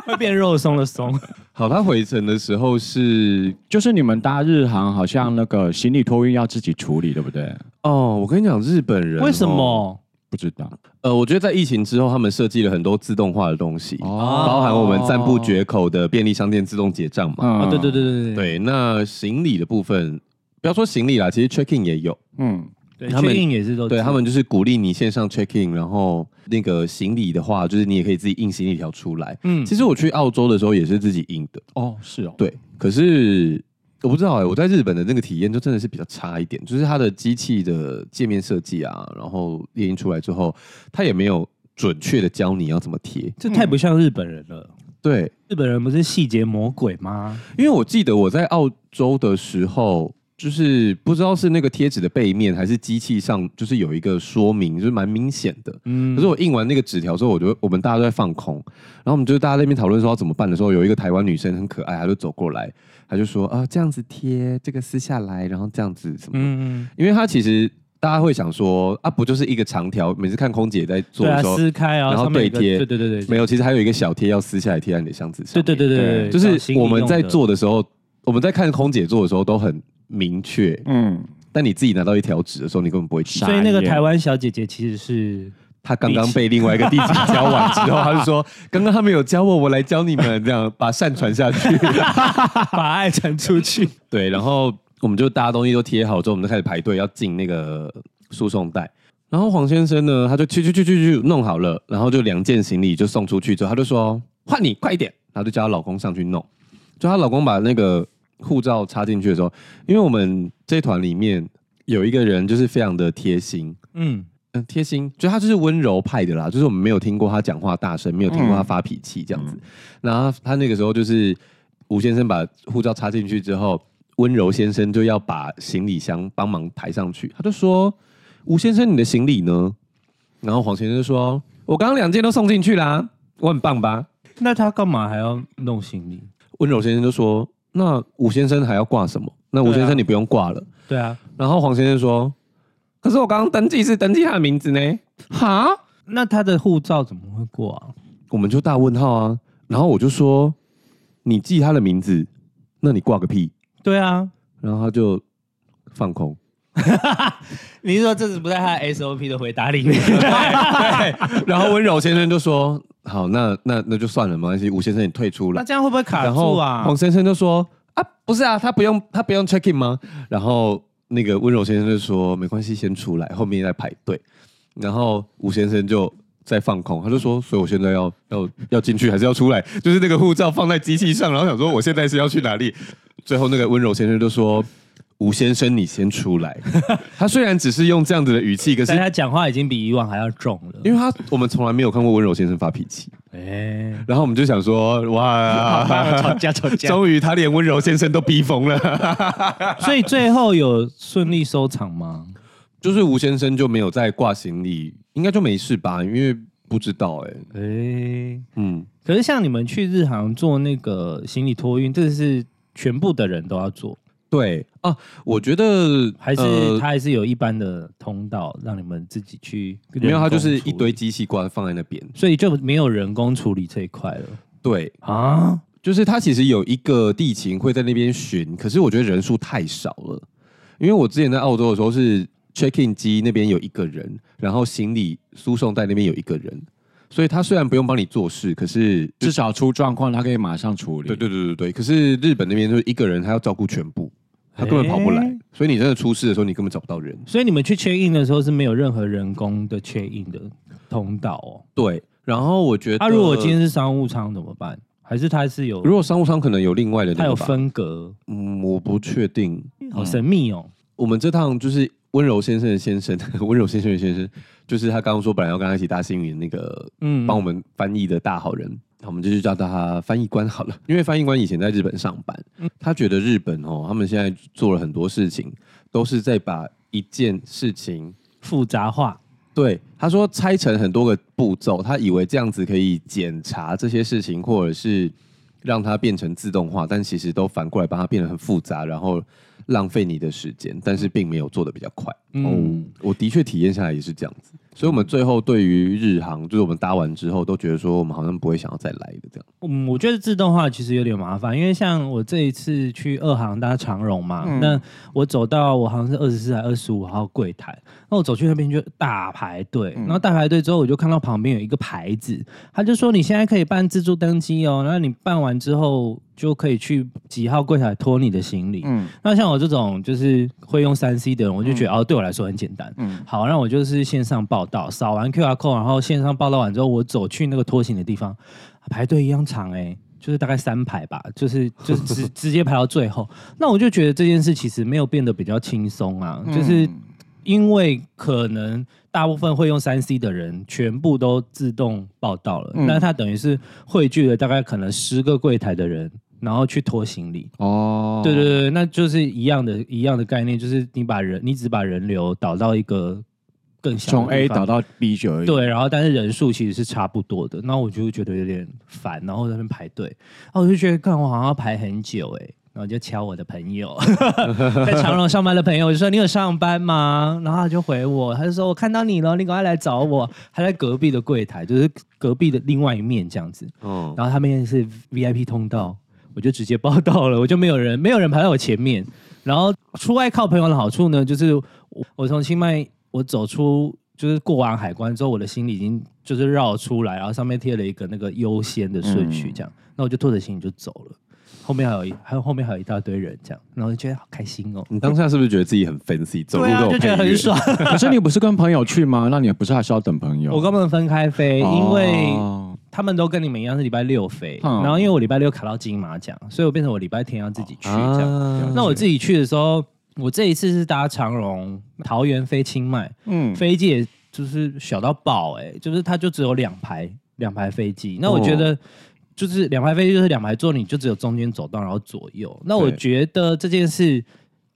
B: 会变肉松 的松。
A: 好，他回程的时候是
C: 就是你们搭日航好像那个行李托运要自己处理，对不对？
A: 哦，我跟你讲，日本人
B: 为什
A: 哦？
B: 么？
C: 不知道
A: 呃，我觉得在疫情之后，他们设计了很多自动化的东西，
C: 哦
A: 包含我们散步绝口的便利商店自动结账嘛。
C: 啊
B: 啊，对对，对对
A: 对，那行李的部分，不要说行李啦，其实 check in 也有，
C: 嗯，
B: 对，
A: 他们
B: 确定也是都
A: 对他们就是鼓励你线上 check in，然后那个行李的话，就是你也可以自己印行李条出来。
B: 嗯
A: 其实我去澳洲的时候也是自己印的，
C: 哦，是哦，
A: 对，可是。我不知道哎、我在日本的那个体验就真的是比较差一点，就是它的机器的界面设计啊，然后列印出来之后，它也没有准确的教你要怎么贴。
B: 这太不像日本人了。
A: 对，
B: 日本人不是细节魔鬼吗？
A: 因为我记得我在澳洲的时候，就是不知道是那个贴纸的背面还是机器上，就是有一个说明，就是蛮明显的。
B: 嗯
A: 可是我印完那个纸条之后，我觉得我们大家都在放空，然后我们就大家在那边讨论说要怎么办的时候，有一个台湾女生很可爱，她就走过来，她就说啊这样子贴，这个撕下来，然后这样子什么的，
B: 嗯，
A: 因为她其实。大家会想说啊，不就是一个长条？每次看空姐在做
B: 对
A: 的
B: 啊，
A: 时候，
B: 撕开啊，
A: 然后
B: 上面有一
A: 对
B: 个
A: 贴
B: 对对对对，
A: 没有，其实还有一个小贴要撕下来贴在你的箱子上
B: 对
A: 面。
B: 对对对对，
A: 就是我们在
B: 找新利用的
A: 做的时候，我们在看空姐做的时候都很明确，
C: 嗯，
A: 但你自己拿到一条纸的时候，你根本不会记
C: 傻。
B: 所以那个
C: 眼
B: 台湾小姐姐其 实是
A: 他刚刚被另外一个弟弟教完之后，他就说：“ 刚刚他们有教我，我来教你们，这样把善传下去。
B: 把爱传出去。”
A: 对，然后我们就大家东西都贴好之后，我们就开始排队要进那个输送带。然后黄先生呢，他就去去去去去弄好了，然后就两件行李就送出去之后，他就说：“换你快一点。”然后就叫她老公上去弄。就她老公把那个护照插进去的时候，因为我们这团里面有一个人就是非常的贴心，
B: 嗯，
A: 嗯，贴心，就他就是温柔派的啦，就是我们没有听过他讲话大声，没有听
B: 嗯
A: 过他发脾气这样子。然后他那个时候就是吴先生把护照插进去之后，温柔先生就要把行李箱帮忙抬上去，他就说：“吴先生，你的行李呢？”然后黄先生就说：“我刚刚两件都送进去啦，我很棒吧
B: 那她干嘛还要弄行李？？”
A: 温柔先生就说：“那吴先生还要挂什么？那吴
B: 对啊
A: 先生你不用挂了。
B: 对啊，
A: 然后黄先生说：“可是我刚刚登记是登记他的名字呢。”哈。
B: 那她的护照怎么会过啊？
A: 我们就大问号啊。然后我就说，你记他的名字，那你挂个屁。
B: 对啊，
A: 然后他就放空，
B: 你是说这是不在他的 SOP 的回答里面？
A: 然后温柔先生就说：“好，那那那就算了，没关系，吴先生你退出
B: 那
A: 了。
B: 这样会不会”卡
A: 然
B: 住
A: 后
B: 啊？
A: 黄先生就说：“啊，不是啊，他不用他不用 check in 吗？”然后那个温柔先生就说：“没关系，先出来，后面在排队。”然后吴先生就。在放空，他就说，所以我现在要要要进去还是要出来？就是那个护照放在机器上，然后想说我现在是要去哪里？最后那个温柔先生就说：“吴先生，你先出 来。”他虽然只是用这样子的语气，可是
B: 但他讲话已经比以往还要重了。
A: 因为他我们从来没有看过温柔先生发脾气，
B: 哎，
A: 然后我们就想说， 哇，
B: 架吵
A: 终于他连温柔先生都逼疯了，
B: 所以最后有顺利收场吗？
A: 就是吴先生就没有再挂行李，应该就没事吧？因为不知道哎、
B: 哎，
A: 嗯，
B: 可是像你们去日航做那个行李托运，这是全部的人都要做，
A: 对啊，我觉得
B: 还是
A: 呃
B: 他还是有一般的通道让你们自己去？
A: 没有，他就是一堆
B: 人工处理，
A: 机器挂放在那边，
B: 所以就没有人工处理这一块了
A: 对，
B: 啊。
A: 就是他其实有一个地勤会在那边巡，可是我觉得人数太少了，因为我之前在澳洲的时候是 check in 机那边有一个人，然后行李输送带那边有一个人，所以他虽然不用帮你做事，可是就
C: 至少出状况他可以马上处理。
A: 对对对对对，可是日本那边就是一个人，他要照顾全部，他根本跑不来，
B: 诶
A: 所以你真的出事的时候，你根本找不到人。
B: 所以你们去 check in 的时候是没有任何人工的 check in 的通道哦。
A: 对，然后我觉得，
B: 那、如果今天是商务舱怎么办？还是它是有
A: 如果商务舱可能有另外的，
B: 它有，分隔？
A: 嗯，我不确定。
B: 好神秘哦。
A: 我们这趟就是温柔先生的先生， 温柔先生的先生，就是他刚刚说本来要跟他一起搭星云那个
B: 嗯，
A: 帮我们翻译的大好人，那我们就是叫他翻译官好了， 因为翻译官以前在日本上班，
B: 嗯
A: 他觉得日本哦，他们现在做了很多事情，都是在把一件事情。
B: 复杂化。
A: 对，他说拆成很多个步骤，他以为这样子可以检查这些事情，或者是让它变成自动化，但其实都反过来把它变得很复杂，然后浪费你的时间，但是并没有做的比较快。哦
B: 嗯，
A: 我的确体验下来也是这样子，所以我们最后对于日航，就是我们搭完之后都觉得说，我们好像不会想要再来的这样。
B: 嗯，我觉得自动化其实有点麻烦，因为像我这一次去二航搭长荣嘛，
C: 嗯
B: 那我走到我好像是二十四还二十五号柜台，那我走去那边就大排队，
C: 嗯
B: 然后大排队之后我就看到旁边有一个牌子，他就说你现在可以办自助登机哦，那你办完之后就可以去几号柜台拖你的行李。
C: 嗯
B: 那像我这种就是会用三 C 的人，我就觉得、哦，对我来说很简单。
C: 嗯
B: 好，那我就是线上报道，扫完 QR code，然后线上报道完之后，我走去那个拖行的地方，排队一样长哎、就是大概三排吧，就是就是直 直接排到最后。那我就觉得这件事其实没有变得比较轻松啊，
C: 嗯
B: 就是因为可能大部分会用三 C 的人全部都自动报到了，
C: 嗯
B: 那他等于是汇聚了大概可能十个柜台的人，然后去拖行李。
C: 哦，
B: 对对对，那就是一样的一样的概念，就是你把人，你只把人流导到一个更小的
C: 从 A
B: 地方
C: 导到 B 就而已。
B: 对，然后但是人数其实是差不多的，那我就觉得有点烦，然后在那边排队，然后我就觉得，看我好像要排很久哎、然后就敲我的朋友， 在长隆上班的朋友，我就说你有上班吗？然后他就回我，他就说我看到你了，你赶快来找我。他在隔壁的柜台，就是隔壁的另外一面这样子。
A: 哦，
B: 然后他们是 VIP 通道，我就直接报到了，我就没有人没有人排在我前面。然后出外靠朋友的好处呢，就是我我从清迈我走出，就是过完海关之后，我的行李已经就是绕出来，然后上面贴了一个那个优先的顺
A: 嗯
B: 序，这样，那我就拖着行李就走了。后面还有一还有后面还有一大堆人这样，然后就觉得好开心哦。
A: 你当下是不是觉得自己很 fancy，走路
B: 对
A: 都
B: 啊，
A: 有
B: 就觉得
A: 配乐
B: 很爽。
C: 可是你不是跟朋友去吗？那你不是还是要等朋友？
B: 我跟他们分开飞，因
C: 哦
B: 为他们都跟你们一样是礼拜六飞，
C: 嗯
B: 然后因为我礼拜六卡到金马奖，所以我变成我礼拜天要自己去这样。
C: 嗯
A: 啊
B: 那我自己去的时候，我这一次是搭长荣桃园飞清迈，
C: 嗯
B: 飞机也就是小到爆哎、就是它就只有两排两排飞机。那我觉
C: 哦
B: 得就是两排飞机就是两排座，你就只有中间走道，然后左右。那我
A: 对
B: 觉得这件事，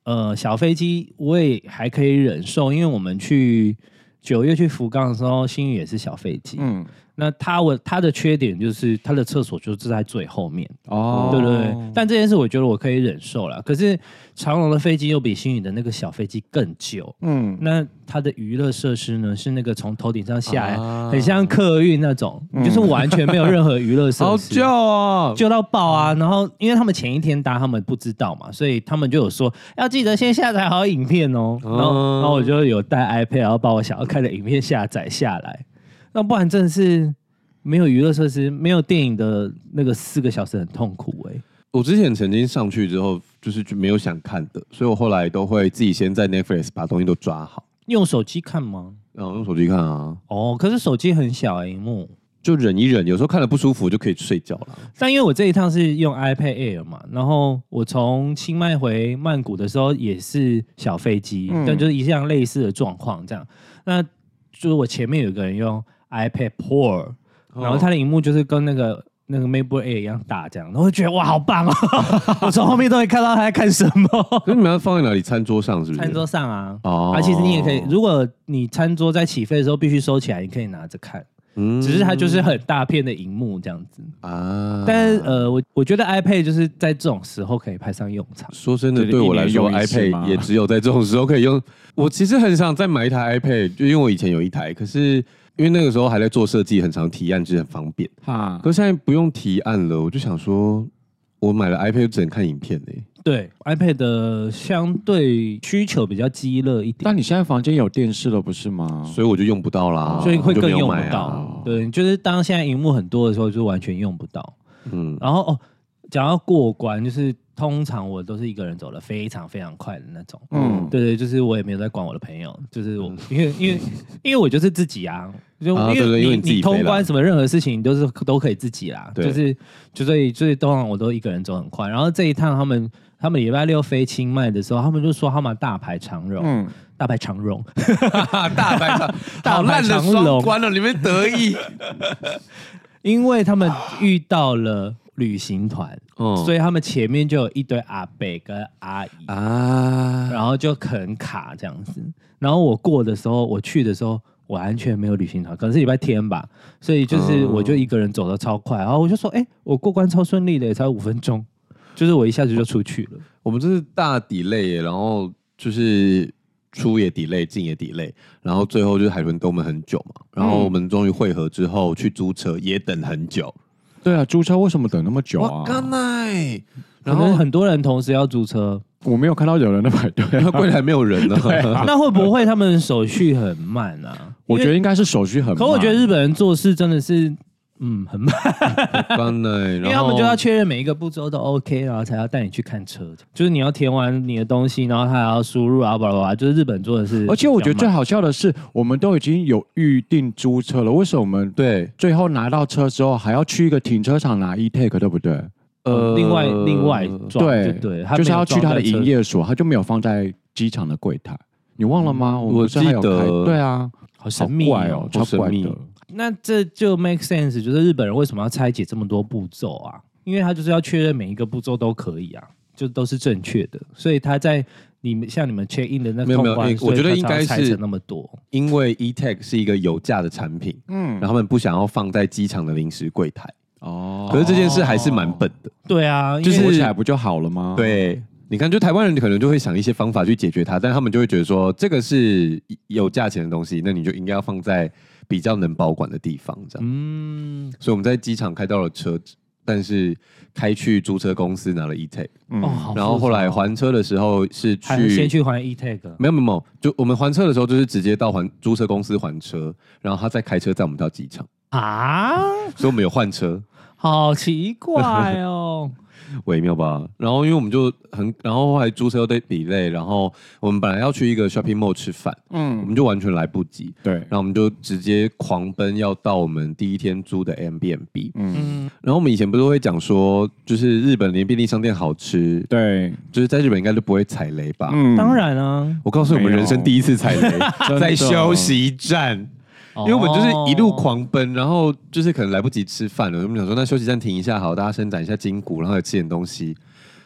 B: 呃，小飞机我也还可以忍受，因为我们去九月去福冈的时候，新宇也是小飞机，
C: 嗯
B: 那它我它的缺点就是它的厕所就是在最后面，
C: 哦
B: 对对对。但这件事我觉得我可以忍受了。可是长龙的飞机又比新宇的那个小飞机更久，
C: 嗯，
B: 那它的娱乐设施呢是那个从头顶上下来，
A: 啊
B: 很像客运那种，就是完全没有任何娱乐设
A: 好
B: 施。
A: 旧哦，
B: 救到爆啊！然后因为他们前一天搭，他们不知道嘛，所以他们就有说要记得先下载好影片哦。然后，然后我就有带 iPad，然后把我想要看的影片下载下来。那不然真的是没有娱乐设施，没有电影的那个四个小时很痛苦哎、
A: 我之前曾经上去之后，就是就没有想看的，所以我后来都会自己先在 Netflix 把东西都抓好，
B: 用手机看吗？
A: 然后用手机看啊，
B: 哦，可是手机很小哎、荧幕。
A: 就忍一忍，有时候看了不舒服就可以睡觉了。
B: 但因为我这一趟是用 iPad Air 嘛，然后我从清迈回曼谷的时候也是小飞机，
C: 嗯
B: 但就是一样类似的状况这样。那就是我前面有个人用 iPad Pro，然后它的荧幕就是跟那个。那个 MacBook Air 一样大，这样，然后我就觉得哇，好棒哦！ 我从后面都会看到他在看什么。
A: 可是你们要放在哪里？餐桌上是不是？
B: 餐桌上啊，
A: 哦
B: 啊，其实你也可以，如果你餐桌在起飞的时候必须收起来，你可以拿着看，
A: 嗯
B: 只是它就是很大片的荧幕这样子。
A: 啊，
B: 但是呃，我我觉得 iPad 就是在这种时候可以派上用场。
A: 说真的，
C: 就是
A: 对
C: 一
A: 我
C: 年
A: 来说
C: 用一次
A: ，iPad
C: 吗
A: 也只有在这种时候可以用。我其实很想再买一台 iPad，就因为我以前有一台，可是因为那个时候还在做设计，很常提案，就是很方便。
C: 哈，
A: 可是现在不用提案了，我就想说，我买了 iPad 就只能看影片欸嘞、
B: 对 iPad 的相对需求比较激烈一点，
C: 但你现在房间有电视了，不是吗？
A: 所以我就用不到啦，
B: 所以
A: 我
B: 会
A: 就没
B: 更
A: 有
B: 用
A: 买
B: 不
A: 啊
B: 到。对，就是当现在荧幕很多的时候，就完全用不到。
A: 嗯，
B: 然后哦，讲到过关，就是通常我都是一个人走的非常非常快的那种。
C: 嗯，
B: 对对，就是我也没有在管我的朋友，就是我，因为因为因为我就是自己啊，就
A: 嗯啊对对因为
B: 你
A: 你自己飞
B: 你通
A: 啦
B: 关什么任何事情你都是都可以自己啦，
A: 对
B: 就是就所以所以通常我都一个人走很快。然后这一趟他们他们礼拜六飞清迈的时候，他们就说他们大排长龙，
C: 嗯，
B: 大排长龙，
A: 大白长，
B: 大排长龙，
A: 了，你们得意。
B: 因为他们遇到了旅行团，
A: 嗯
B: 所以他们前面就有一堆阿伯跟阿姨
C: 嗯
A: 啊，
B: 然后就很卡这样子。然后我过的时候，我去的时候，我完全没有旅行团，可能是礼拜天吧，所以就是
A: 哦
B: 我就一个人走的超快，然后我就说，哎、我过关超顺利的，才五分钟，就是我一下子就出去了。
A: 我们这是大 delay，耶然后就是出也 delay，进也 delay，然后最后就是海豚等我们很久嘛，然
B: 嗯
A: 后我们终于汇合之后去租车也等很久，
C: 对啊，租车为什么等那么久啊？
A: 奶！然
B: 然后
A: 后
B: 很多人同时要租车，
C: 我没有看到有人在排队
A: 然
C: 啊，
A: 后柜台没有人呢，
B: 那会不会他们手续很慢啊？
C: 我觉
B: 因为，
C: 得应该是手续很慢。
B: 可我觉得日本人做事真的是。嗯，很慢，
A: 干奶，因
B: 因为他们就要确认每一个步骤都 OK，然后才要带你去看车。就是你要填完你的东西，然后他还要输入啊，巴拉巴拉。就是日本做的是比较慢，
C: 而且我觉得最好笑的是，我们都已经有预定租车了，为什么我们
A: 对
C: 最后拿到车之后还要去一个停车场拿 e take，对不对？
B: 呃，另外另外装
C: 对
B: 就对，
C: 就是要去他
B: 他
C: 的营，业所，他就没有放在机场的柜台。你忘了吗？我
A: 我
C: 们是还有
A: 记得
C: 开对啊，
B: 好
C: 好
B: 神秘
C: 怪
B: 哦
C: 哦，。超
A: 好
C: 怪
A: 神秘
C: 的。
B: 那这就 make sense，就是日本人为什么要拆解这么多步骤啊？因为他就是要确认每一个步骤都可以啊，就都是正确的，所以他在你们像你们 check in 的那
A: 没有没有
B: 通关
A: 因为我觉得应该是
B: 所以他才要拆成那么多。
A: 因为 e tech 是一个有价的产品，
C: 嗯
A: 然后，他们不想要放在机场的临时柜台，
C: 哦
A: 可是这件事还是蛮笨的，
B: 对啊，
C: 就
B: 就是是
C: 火起来不就好了
B: 哦
C: 吗？，
A: 对。你看，就台湾人可能就会想一些方法去解决它，但他们就会觉得说这个是有价钱的东西，那你就应该要放在比较能保管的地方，这样。
B: 嗯，
A: 所以我们在机场开到了车，但是开去租车公司拿了 e tag，
B: 哦，
C: 嗯，
B: 好复杂
A: 然后后来还车的时候是
B: 还是先
A: 去。
B: 去还 e tag，
A: 没有没有没有，就我们还车的时候，就是直接到还租车公司还车，然后他再开车载我们到机场，
B: 啊，
A: 所以我们有换车，
B: 好奇怪 哦。
A: 微妙吧？然后因为我们就很，然后后来租车又得比累，然后我们本来要去一个 shopping mall 吃饭，我
C: 嗯，
A: 们就完全来不及，
C: 对
A: 然，后我们就直接狂奔要到我们第一天租的 M B M B，
C: 嗯，
B: 嗯，
A: 然后我们以前不是会讲说，就是日本连便利商店好吃，
C: 对，
A: 就是在日本应该就不会踩雷吧？
C: 嗯
B: 当，然啊，
A: 我告诉你，我们
C: 没有
A: 人生第一次 踩雷
C: 真，的
A: 在休息站，因为我们就是一路狂奔，然后就是可能来不及吃饭了，我们想说那休息站停一下好，大家伸展一下筋骨，然后也吃点东西。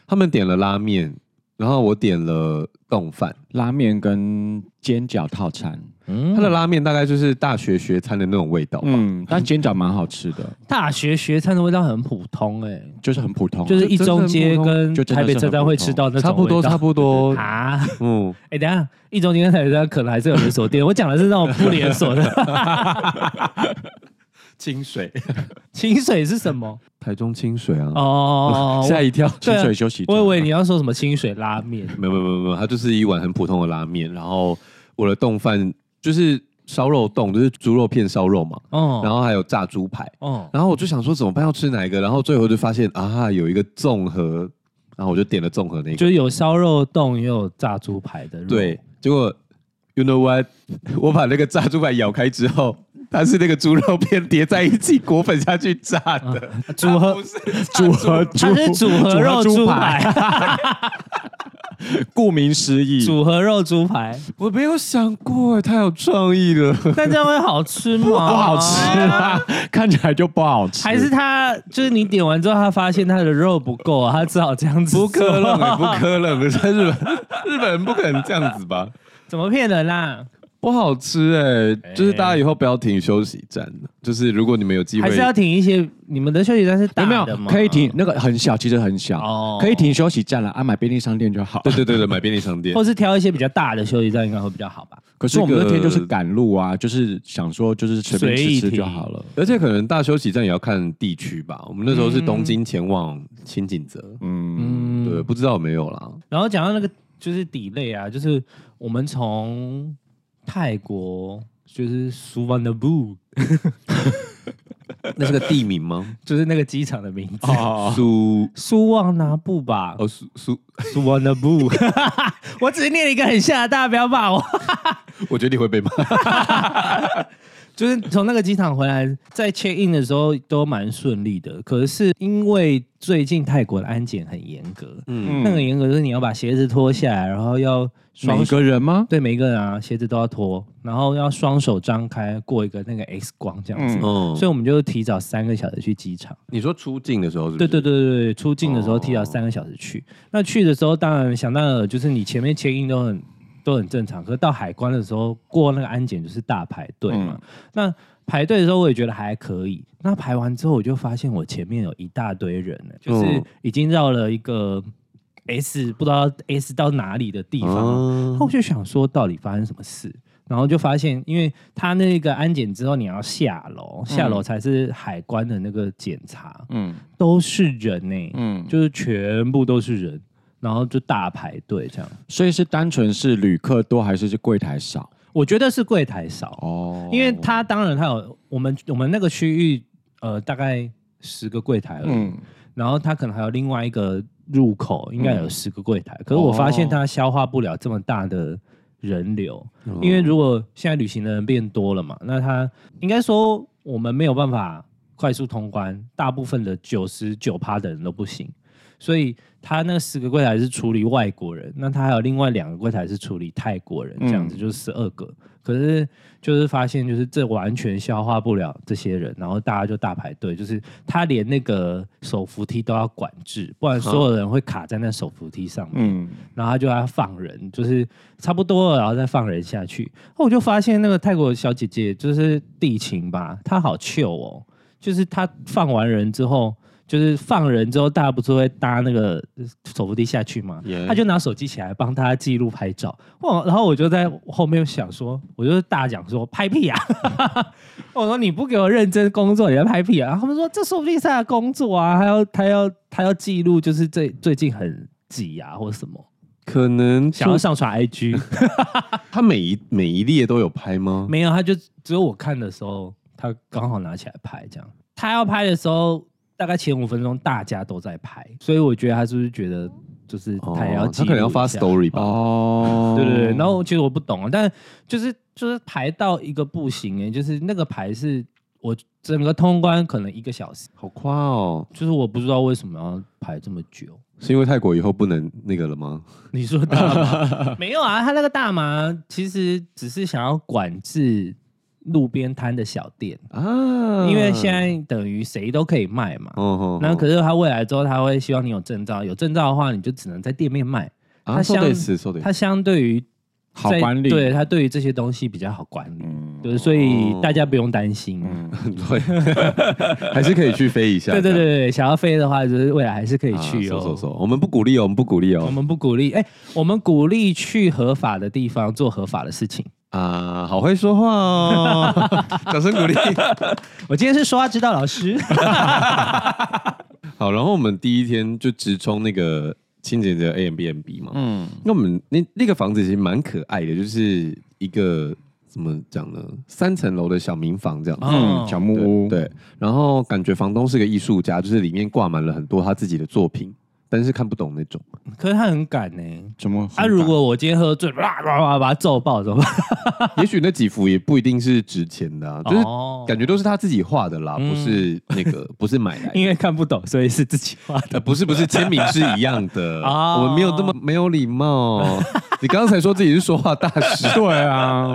A: 他们点了拉面，然后我点了冻饭，
C: 拉面跟煎饺套餐，
B: 嗯
A: 它的拉面大概就是大学学餐的那种味道吧。
C: 嗯，但煎饺蛮好吃的，
B: 大学学餐的味道很普通哎、
C: 就是很普通，啊
B: 就是一
A: 真的
B: 中
A: 很
B: 街
A: 普通
B: 跟
C: 就真的
B: 台北
C: 是
B: 车
C: 很
B: 站
C: 普
B: 会吃
C: 通
B: 到那种
A: 差不多，
B: 味道
A: 差不多。
B: 啊。
A: 嗯，
B: 哎、等一下，一中街跟台北车站可能还是有连锁店，我讲的是那种不连锁的。
A: 清水，
B: 清水是什么？
A: 台中清水啊，
B: 哦，
A: 吓一跳。
B: 对
C: 清
B: 啊
C: 水休息站。
B: 我以为你要说什么清水拉面。
A: 没有没有没有没有，它就是一碗很普通的拉面，然后我的冻饭就是烧肉冻，就是猪肉片烧肉嘛，
B: 哦，
A: 然后还有炸猪排，
B: 哦，
A: 然后我就想说怎么办要吃哪一个，然后最后就发现啊有一个综合，然后我就点了综合那个，
B: 就是有烧肉冻，也有炸猪排的肉。
A: 对，结果 you know what，我 把那个炸猪排咬开之后，它是那个猪肉片叠在一起裹粉下去炸的，
B: 组合
A: 不是
C: 组合
B: 它是组合肉猪， 排，
C: 顾名思义，
B: 组合肉猪排，
A: 我没有想过，太有创意了。
B: 但这样会好吃吗？不
C: 不好吃啊， 看起来就不好吃。
B: 还是他就是你点完之后，他发现他的肉不够啊，他只好这样子做。
A: 不可能、
B: 啊
A: 欸，不可能！ 在日本，日本人不可能这样子吧？
B: 怎么骗人啊啦、
A: 不好吃哎、就是大家以后不要停休息站，就是如果你们有机会，
B: 还是要停一些你们的休息站是大
C: 有没有
B: 的吗？
C: 可以停？那个很小，其实很小，
B: 哦
C: 可以停休息站了，啊，买便利商店就好。
A: 对对对对，买便利商店
B: 或。是挑一些比较大的休息站应该会比较好吧？
C: 可是我们
A: 这个
C: 那天就是赶路啊，就是想说就是随便
B: 随意
C: 吃吃
B: 停
C: 就好了。
A: 而且可能大休息站也要看地区吧。我们那时候是东京前往新井泽，
C: 嗯，
B: 嗯，
A: 对，不知道有没有啦。
B: 然后讲到那个就是底类啊，就是我们从泰国就是苏万的布，
A: 那是个地名 吗？
B: 就是那个机场的名字。
C: 哦，
A: 苏
B: 苏旺拿布吧，
A: 啊哦苏苏，
B: 苏旺拿布， 我只是念了一个很像的，大家不要骂我。
A: 我觉得你会被骂。
B: 就是从那个机场回来，在 check in 的时候都蛮顺利的，可是因为最近泰国的安检很严格，
A: 嗯，
B: 那个严格就是你要把鞋子脱下来，然后要
C: 每
B: 双手
C: 个人吗？
B: 对每一个人啊鞋子都要脱，然后要双手张开过一个那个 X 光这样子。
C: 嗯
A: 哦
B: 所以我们就提早三个小时去机场。
A: 你说出境的时候是不
B: 对
A: 是？
B: 对对对对，出境的时候
A: 哦
B: 提早三个小时去。那去的时候，当然想当然了，就是你前面 check in 都很都很正常，可是到海关的时候过那个安检就是大排队嘛。
A: 嗯
B: 那排队的时候我也觉得还可以。那排完之后，我就发现我前面有一大堆人呢，就是
A: 嗯
B: 已经绕了一个 S 不知道 S 到哪里的地方了。然
A: 哦
B: 后我就想说，到底发生什么事？然后就发现，因为他那个安检之后，你要下楼，下
A: 嗯
B: 楼才是海关的那个检查，
C: 嗯
B: 都是人呢、
C: 嗯，就
B: 就是全部都是人，然后就大排队这样。
C: 所以是单纯是旅客多还是是柜台少？
B: 我觉得是柜台少，
C: 哦，
B: 因为他当然他有我们我们那个区域，呃，大概十个柜台而已，
C: 嗯
B: 然后他可能还有另外一个入口，应该有十个柜台。可是我发现他消化不了这么大的人流，因为如果现在旅行的人变多了嘛，那他应该说我们没有办法快速通关，大部分的九十九趴的人都不行。所以他那十个柜台是处理外国人，那他还有另外两个柜台是处理泰国人，这样子就是十二个。可是就是发现，就是这完全消化不了这些人，然后大家就大排队，就是他连那个手扶梯都要管制，不然所有人会卡在那手扶梯上面，
C: 嗯，
B: 然后他就要放人，就是差不多了，然后再放人下去。后我就发现那个泰国小姐姐就是地勤吧，她好 chill 哦，就是她放完人之后。就是放人之后，大家不是会搭那个手扶梯下去吗？
A: Yeah
B: 她就拿手机起来帮大家记录拍照。哇！然后我就在后面想说，我就大讲说拍屁啊！ 我说你不给我认真工作，你在拍屁啊！然后他们说这说不定是他的工作啊，他要他要他要记录，就是最最近很挤啊，或什么，
A: 可能
B: 想要上传 IG，
A: 他每一每一列都有拍吗？
B: 没有，他就只有我看的时候，他刚好拿起来拍这样。他要拍的时候，大概前五分钟大家都在拍，所以我觉得他是不是觉得就是
A: 哦
B: 他也要记
A: 他
B: 录一下、
A: 可能要发 story 吧。
C: 哦，
B: 对对对，然后其实我不懂啊，但就是就是排到一个不行哎、就是那个排是我整个通关可能一个小时。
A: 好夸哦！
B: 就是我不知道为什么要排这么久。
A: 是因为泰国以后不能那个了吗？
B: 你说大 麻没有啊？他那个大麻其实只是想要管制路边摊的小店，
A: 啊，
B: 因为
C: 嗯
B: 现在等于谁都可以卖嘛。
A: 哦哦，
B: 那可
A: 是
B: 是他未来之后，他会希望你有证照，有证照的话，你就只能在店面卖。
A: 啊，
B: 它
A: 受
B: 像
A: 得死，受得
B: 它相对于
C: 好
B: 在
C: 管理，
B: 对他对于这些东西比较好管理，
C: 嗯，
B: 对，所以大家不用担心。
C: 嗯，
A: 对， 还是可以去飞一下。
B: 对对对对，想要飞的话，就是未来还是可以
A: 这样，
B: 去
A: 啊，走走
B: 哦。
A: 走，我们不鼓励哦，我们不鼓励
B: 我
A: 哦。
B: 们不鼓励，哎，我们鼓励去合法的地方做合法的事情。
A: 啊，好会说话哦， 掌声鼓励。
B: 我今天是说话指导老 师，
A: 好，然后我们第一天就直冲那个清洁的 A M B M B 嘛。
C: 嗯，
A: 那我们那那个房子其实蛮可爱的，就是一个怎么讲呢，三层楼的小民房这样子。
B: 哦
C: 嗯，小木屋，
A: 对，对然后感觉房东是个艺术家，就是里面挂满了很多他自己的作品，但是看不懂那 种。
B: 可是他很敢呢、
C: 怎么？
B: 啊，如果我今天喝醉，哇哇哇把他揍爆怎么办？
A: 也许那几幅也不一定是值钱的、啊，就是
B: 哦
A: 感觉都是他自己画的啦，
B: 嗯
A: 不是那个，不是买来的。
B: 因为看不懂，所以是自己画的。
A: 呃，不是不是，签名是一样的。
B: 哦
A: 我们没有那么没有礼貌。 你刚才说自己是说话大师，
C: 对啊，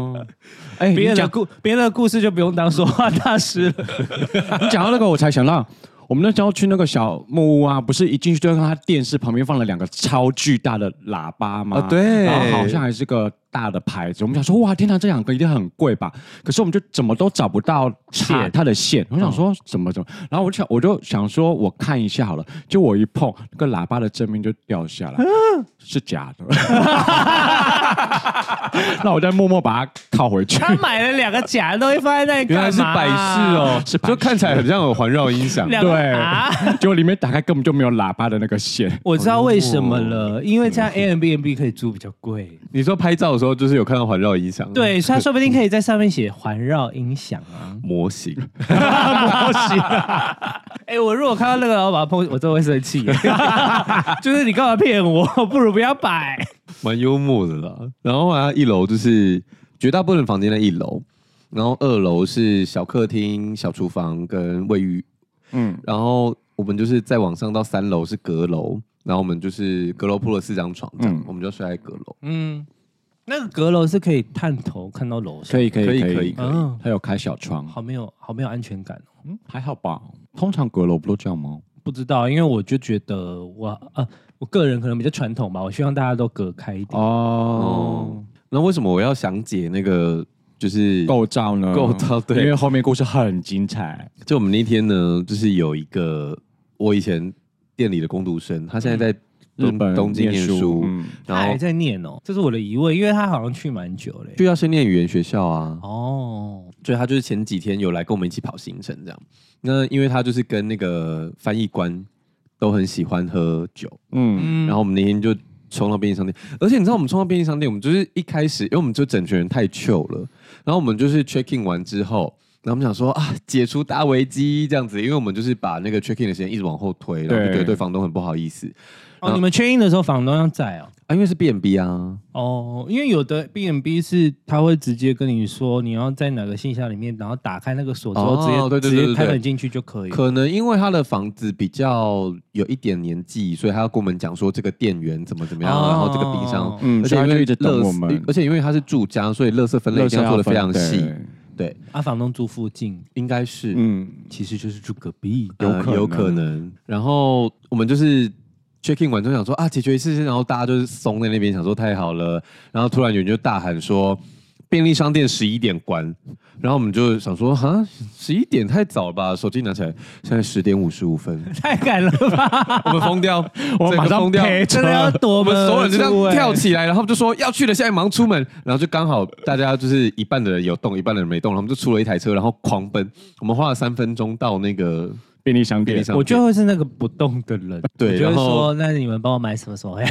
C: 哎，
B: 别
C: 你
B: 人的
C: 讲
B: 故别人的故事就不用当说话大师了。
C: 你讲到那个，我才想到。我们那时候去那个小木屋啊，不是一进去就看到他电视旁边放了两个超巨大的喇叭吗？
A: 啊对
C: 然后好像还是个大的牌子。我们想说，哇，天哪，这两个一定很贵吧？可是我们就怎么都找不到
B: 线
C: 线，它的线。
A: 哦
C: 我想说，怎么怎么？然后我就想，我就想说，我看一下好了。就我一碰，那个喇叭的正面就掉下来，
A: 啊
C: 是假的。 那我再默默把它靠回 去。
B: 他买了两个假的东西放在那里干
A: 原来
B: 啊嘛、
A: 是摆饰哦，
C: 是摆饰
A: 就看起来很像有环绕音响。
B: 两个
C: 对
B: 啊，
C: 结果里面打开根本就没有喇叭的那个线。
B: 我知道为什么了，因为这样 a m b n b 可以租比较贵。
A: 你说拍照的时候就是有看到环绕音响，，，
B: 对，所以他说不定可以在上面写环绕音响啊
A: 模型。
B: 模型啊。哎、我如果看到那个，我把它碰，我真的会生 气。就是你干嘛骗我？不如不要摆。
A: 蛮幽默的啦。然后啊，一楼就是绝大部分房间在一楼，然后二楼是小客厅、小厨房跟卫浴，
C: 嗯，
A: 然后我们就是再往上到三楼是阁楼，然后我们就是阁楼铺了四张床，这样、
C: 嗯
A: 我们就睡在阁楼。
B: 嗯，那个阁楼是可以探头看到楼上，
C: 可以可以
A: 可以可以
C: 可以
A: 可
C: 可
B: 以
C: 以
B: 嗯，
C: 他有开小窗，
B: 好没有好没有安全感哦。
C: 嗯，还好吧。通常阁楼不都这样吗？
B: 不知道，因为我就觉得我呃，我个人可能比较传统吧，我希望大家都隔开一点。
C: 哦，
A: 那为什么我要详解那个？就是
C: 构造呢？
A: 构造对
C: 嗯因为后面故事很精彩。
A: 就我们那天呢，就是有一个我以前店里的工读生，他现在在
C: 日
A: 东
C: 本
A: 嗯东京念书，
C: 嗯
B: 他
A: 然后
B: 还在念哦，这是我的疑问，因为他好像去蛮久嘞。
A: 就要先念语言学校啊。
B: 哦，
A: 所以他就是前几天有来跟我们一起跑行程这样。那因为他就是跟那个翻译官都很喜欢喝酒，
C: 嗯，
B: 嗯
A: 然后我们那天就冲到便利商店，而且你知道我们冲到便利商店，我们就是一开始因为我们就整群人太 chill 了，然后我们就是 check in 完之后。然后我们想说啊，解除大危机这样子，因为我们就是把那个 check in 的时间一直往后推，然后就觉得
C: 对
A: 对房东很不好意思
B: 哦，你们确认的时候房东要在哦。
A: 啊，因为是 B B 啊，
B: 哦，因为有的 B n B 是他会直接跟你说你要在哪个信箱里面，然后打开那个锁之后，直接、
A: 哦对对对
B: 直
A: 对
B: 接
A: 对
B: 开门进去就可以。
A: 可能因为他的房子比较有一点年纪，所以他要跟我们讲说这个店员怎么怎么样，
B: 哦
A: 然后这个冰箱，
C: 嗯
A: 而且
C: 所以他
A: 因
C: 就
A: 为
C: 一直等
A: 垃圾
C: 我们
A: 而且因为他是住家，所以垃圾分类一定要做的非常细，
C: 对
A: 对，
B: 啊，房东住附近，
A: 应该是，
C: 嗯，
B: 其实就是住隔壁。
A: 呃
C: 有可能
A: 有可能。然后我们就是 check in 完之后想说啊，解决一次，然后大家就是松在那边，想说太好了，然后突然有人就大喊说。便利商店十一点关，然后我们就想说，哈，十一点太早了吧？手机拿起来，现在十点五十五分，
B: 太赶了吧！
A: 我们疯掉，整
C: 我
A: 个
C: 马上
A: 疯掉，
C: 赔
B: 真的要躲
A: 我们所有人就这
B: 门
A: 样
B: 出
A: 跳
B: 欸
A: 起来，然后就说要去了，现在马上出门，然后就刚好大家就是一半的人有动，一半的人没动，然后我们就出了一台车，然后狂奔，我们花了三分钟到那个
C: 便利商
A: 便利
C: 店，
A: 商店，
B: 我就会是那个不动的人，
A: 对
B: 我就会
A: 然后
B: 说那你们帮我买什么什么呀？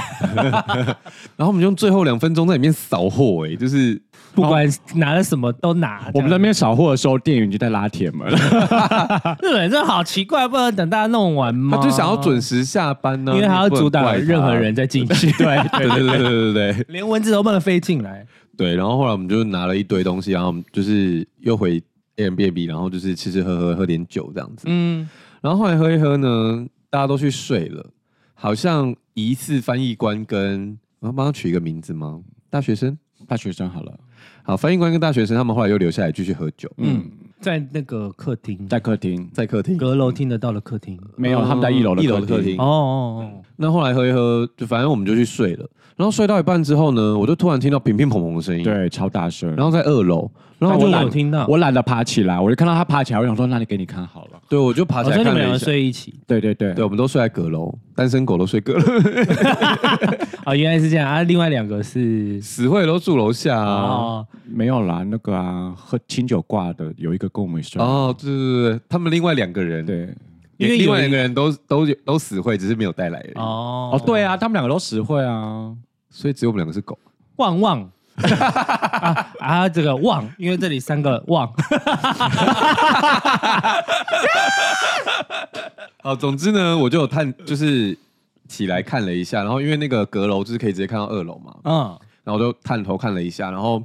A: 然后我们用最后两分钟在里面扫货，哎，就是
B: 不管拿了什么都拿。
C: 我们
B: 这
C: 那
B: 样
C: 边扫货的时候，店员就在拉铁门，
B: 日本人真的嗯好奇怪，不能等大家弄完吗？
A: 他就想要准时下班呢、啊
B: 因为他要
A: 你不能
B: 阻挡
A: 怪他
B: 任 何，人再进去，对，
A: 对对对对对对对
B: 连蚊子都不能飞进 来。
A: 对，然后后来我们就拿了一堆东西，然后我们就是又回 a m b b 然后就是吃吃喝喝喝点酒这样子，
B: 嗯，
A: 然后后来喝一喝呢，大家都去睡了，好像疑似翻译官跟我要帮他取一个名字吗？ 大学生，
C: 大学生好了，
A: 好，翻译官跟大学生他们后来又留下来继续喝酒，嗯
C: 嗯，
B: 在那个客厅，
C: 在客厅，
A: 在客厅。
B: 阁楼听得到的客厅。
C: 没有，他们在一楼的
A: 哦一楼的客厅
B: 哦哦
A: 那后来喝一喝，就反正我们就去睡了。然后睡到一半之后呢，我就突然听到乒乒乓乓的声音，，
C: 对，超大声。
A: 然后在二楼，然后
B: 哦，
A: 我就
B: 我
A: 懒
B: 有听到。
C: 我懒得爬起来，我就看到他爬起来，我想说，那你给你看好了。
A: 对，我就爬起
B: 好
A: 来
B: 哦像你
A: 看
B: 们两
A: 了一
B: 个
A: 下。
B: 睡一起
C: 对对对，
A: 对，我们都睡在阁楼，单身狗都睡阁楼，
B: 哦，原来是这样啊！另外两个是
A: 死会都住楼下啊。
B: 哦，
C: 没有啦，那个啊，喝清酒挂的有一个跟我们睡，
A: 哦，对对对，他们另外两个人，
C: 对，
A: 也，
B: 因为有
A: 另外
B: 一
A: 两个人都都有都死会，只是没有带来而已。
B: 哦
C: 哦，对啊，他们两个都实惠啊，
A: 所以只有我们两个是狗。
B: 旺旺啊啊，这个旺，因为这里三个旺，
A: 好，哦总之呢，我就有探，就是起来看了一下，然后因为那个阁楼就是可以直接看到二楼嘛，
B: 嗯，
A: 然后我就探头看了一下，然后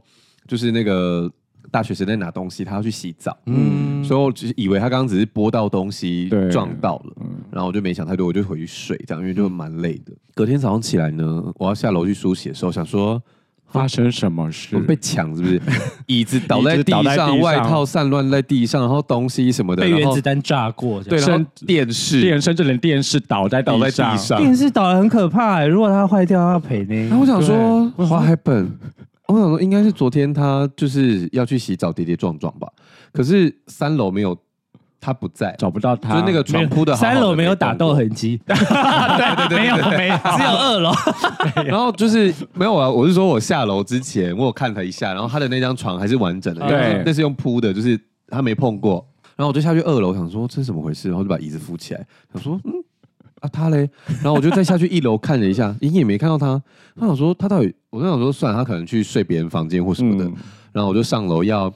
A: 就是那个大学生在拿东西，他要去洗澡，
B: 嗯
A: 嗯，所以我只是以为他刚刚只是拨到东西
C: 对
A: 撞到了，然后我就没想太多，我就回去睡，这样因为就蛮累的。嗯隔天早上起来呢，我要下楼去梳洗的时候，想说。
C: 发生什么事
A: 我？被抢是不是？ 椅子倒在
C: 椅子
A: 地
C: 倒在地
A: 上，
C: 上
A: 外套散乱在地上，然后东西什么的，
B: 被
A: 然
B: 原
A: 后
B: 子弹炸过，
A: 对，然
C: 甚
A: 后电视
C: 电甚至连电视倒在
A: 倒在
C: 上，
A: 地上，
B: 电视倒的很可怕、欸，如果它坏掉要赔
A: 然后我
B: 呢。
A: 想说，花海本，我想说应该是昨天他就是要去洗澡，跌跌撞撞吧。可是三楼没有，他不在，就
C: 找不到他，
A: 是那个床铺的好好的
B: 三楼没有打斗
A: 被
B: 痕迹，
A: 动过，对对
B: 没有
A: 对对
B: 没有， 只有二楼。
A: 对。然后就是没有啊，我是说我下楼之前我有看他一下，然后他的那张床还是完整的，
B: 对
A: 但是那是用铺的，就是他没碰过。然后我就下去二楼，想说这是怎么回事，然后就把椅子扶起来，想说嗯啊他嘞， 然后我就再下去一楼看了一下，隐隐也没看到他。他想说他到底，我就想说算了，他可能去睡别人房间或什么的。
C: 嗯
A: 然后我就上楼要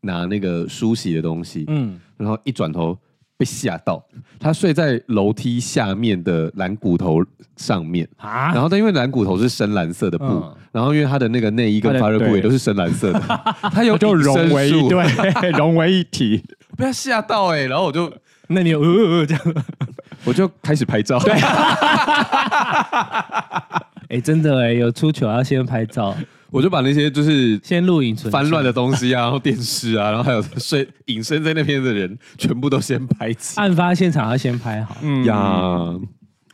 A: 拿那个梳洗的东西，
B: 嗯，
A: 然后一转头被吓到，他睡在楼梯下面的蓝骨头上面。
B: 啊，
A: 然后，但因为蓝骨头是深蓝色的布，
B: 嗯
A: 然后因为他的那个内衣跟
C: 他的
A: 发热裤
C: 对
A: 也都是深蓝色的， 他有
C: 他就
A: 隐身
C: 融为一
A: 术，
C: 对，融为一体。
A: 被他吓到哎、然后我就
B: 那你有呃呃呃这样？
A: 我就开始拍照，
B: 哎、真的哎、有出糗要先拍照，
A: 我就把那些就是
B: 先录影存证
A: 翻乱的东西啊，然后电视啊，然后还有睡隐身在那边的 人，全部都先拍起
B: 案发现场要先拍好。
C: 嗯
A: 呀。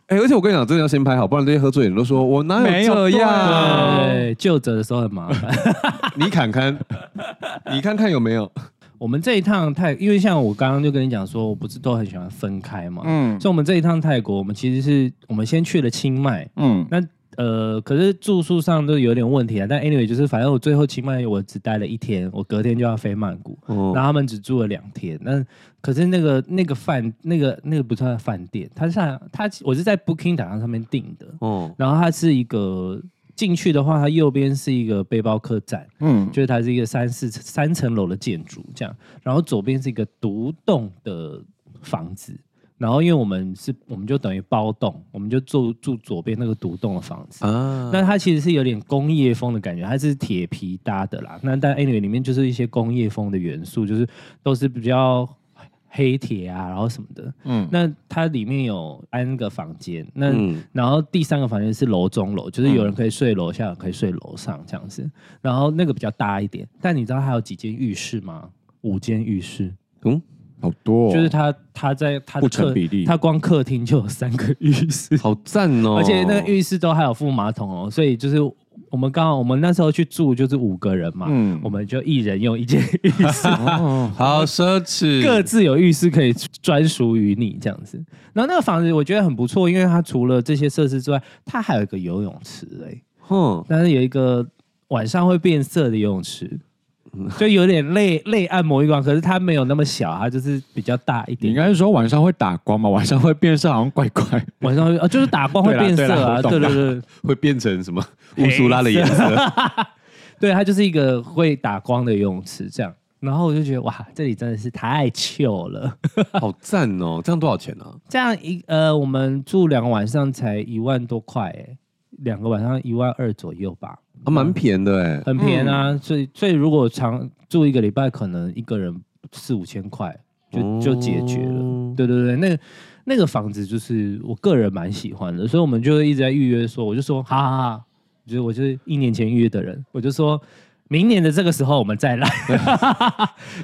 A: 哎、而且我跟你讲，真的要先拍好，不然这些喝醉的人都说我哪
C: 没
A: 有啊
C: 有
A: 这样。
B: 对，救责的时候很麻烦。
A: 你看看，你看看有没有？
B: 我们这一趟泰，因为像我刚刚就跟你讲说，我不是都很喜欢分开嘛，
C: 嗯
B: 所以我们这一趟泰国，我们其实是我们先去了清迈，
C: 嗯，
B: 那呃，可是住宿上都有点问题啊。但 anyway，就是反正我最后清迈我只待了一天，我隔天就要飞曼谷，
A: 哦
B: 然后他们只住了两天。那可是那个那个饭那个那个不算饭店，它上它我是在 Booking 打上上面订的，
A: 哦，
B: 然后它是一个进去的话，它右边是一个背包客栈，
C: 嗯，
B: 就是它是一个三四三层楼的建筑这样，然后左边是一个独栋的房子，然后因为我们是我们就等于包栋，我们就住住左边那个独栋的房子。
A: 啊，
B: 那它其实是有点工业风的感觉，它是铁皮搭的啦。那但 anyway 里面就是一些工业风的元素，就是都是比较黑铁啊，然后什么的。嗯
C: 嗯，
B: 那它里面有安个房间，那、
A: 嗯
B: 然后第三个房间是楼中楼，就是有人可以睡楼下，有人可以睡楼上这样
C: 嗯
B: 子。然后那个比较大一点，但你知道它有几间浴室吗？五间浴室，
A: 嗯，
C: 好多哦，
B: 就是它它在它
C: 不成
B: 客
C: 比例
B: 它光客厅就有三个浴室。
A: 好赞哦！
B: 而且那个浴室都还有附马桶哦，所以就是我们刚好我们那时候去住就是五个人嘛，
C: 嗯
B: 我们就一人用一间浴室，
C: 哦，
A: 好奢侈，
B: 各自有浴室可以专属于你这样子。然后那个房子我觉得很不错，因为它除了这些设施之外，它还有一个游泳池哎、
A: 哼，
B: 但是有一个晚上会变色的游泳 池。就有点类类按摩浴缸，可是它没有那么小，它就是比较大一
C: 你
B: 点
C: 应。该是说晚上会打光嘛，晚上会变色，好像怪怪。
B: 晚上会呃就是打光会
C: 对啦
B: 变色
C: 对啦
B: 啊，
C: 我懂
B: 对对
C: 啦
B: 对，
A: 会变成什么乌苏拉的颜色？
B: 对，它就是一个会打光的游泳池这样。然后我就觉得哇，这里真的是太 chill 了。
A: 好赞哦！这样多少钱啊？
B: 这样一呃，我们住两个晚上才一万多块哎、两个晚上一万二左右吧，
A: 啊，蛮便宜的哎。
B: 很便宜啊。所以所以如果长住一个礼拜，可能一个人四五千块就就解决了。
A: 哦
B: 对对对，那个那个房子就是我个人蛮喜欢的，所以我们就一直在预约说，我就说好好好，就是我就是一年前预约的人，我就说明年的这个时候我们再来。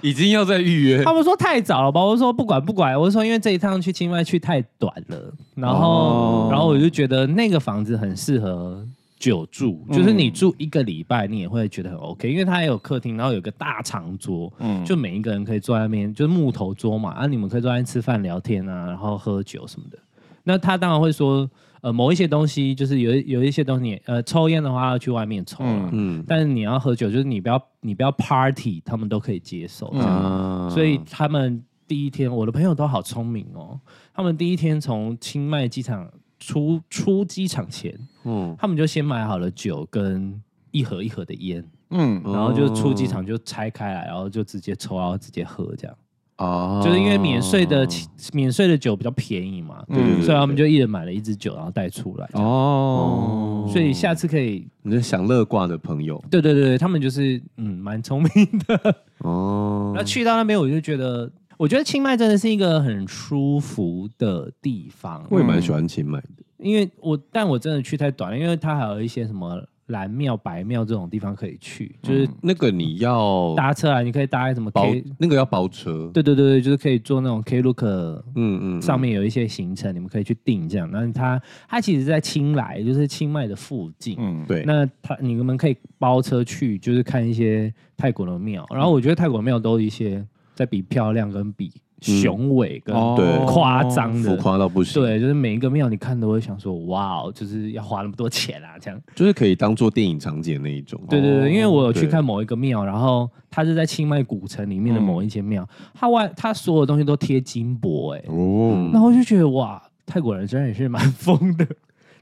A: 已经要在预约
B: 他们说太早了吧？我说不管不管，我说因为这一趟去清迈去太短了，然后、
A: 哦
B: 然后我就觉得那个房子很适合久住，就是
C: 嗯
B: 你住一个礼拜你也会觉得很 OK，因为它也有客厅，然后有个大长桌，
C: 嗯
B: 就每一个人可以坐在那边，就是木头桌嘛，啊，你们可以坐在那边吃饭聊天啊，然后喝酒什么的。那他当然会说，呃，某一些东西就是有一有一些东西，呃，抽烟的话要去外面抽啦，
C: 嗯
A: 嗯
B: 但是你要喝酒，就是你不要你不要 party，他们都可以接受
C: 嗯
B: 这样。
A: 啊
B: 嗯所以他们第一天，我的朋友都好聪明哦。他们第一天从清迈机场出出机场前，
A: 嗯
B: 他们就先买好了酒跟一盒一盒的烟，
A: 哦
C: 嗯，
B: 然后就出机场就拆开来，然后就直接抽，然后直接喝这样。
A: 哦
B: 就是因为免税的免税的酒比较便宜嘛，
A: 对对对对
B: 所以他们就一人买了一支酒，然后带出来。
C: 哦，
B: 所以下次可以，
A: 你是享乐挂的朋友
B: 对对对对，他们就是嗯蛮聪明的。
A: 哦
B: 那去到那边我就觉得，我觉得清迈真的是一个很舒服的地方。
A: 我也蛮喜欢清迈的
B: 因为我但我真的去太短了，因为它还有一些什么蓝庙、白庙这种地方可以去，就是
A: 那个你要
B: 搭车啊，你可以搭什么
A: 嗯包
B: K，
A: 那个要包车
B: 对对对对，就是可以做那种 Klook
A: 嗯嗯
B: 上面有一些行程，你们可以去订这样。然后它它其实在清莱，就是清迈的附近。
C: 嗯，
A: 对
B: 那它你们可以包车去，就是看一些泰国的庙。然后我觉得泰国庙都有一些在比漂亮跟比雄伟跟
C: 哦
A: 对
B: 夸张的
A: 浮。夸到不行
B: 对，就是每一个庙你看都会想说，哇哦，就是要花那么多钱啊，这样。
A: 就是可以当做电影场景的那一种哦
B: 对对对，因为我有去
A: 对
B: 看某一个庙，然后它是在清迈古城里面的某一间庙，它外它所有东西都贴金箔、
A: 嗯
B: 欸，
C: 哦，
B: 那我就觉得哇，泰国人真的也是蛮 疯的，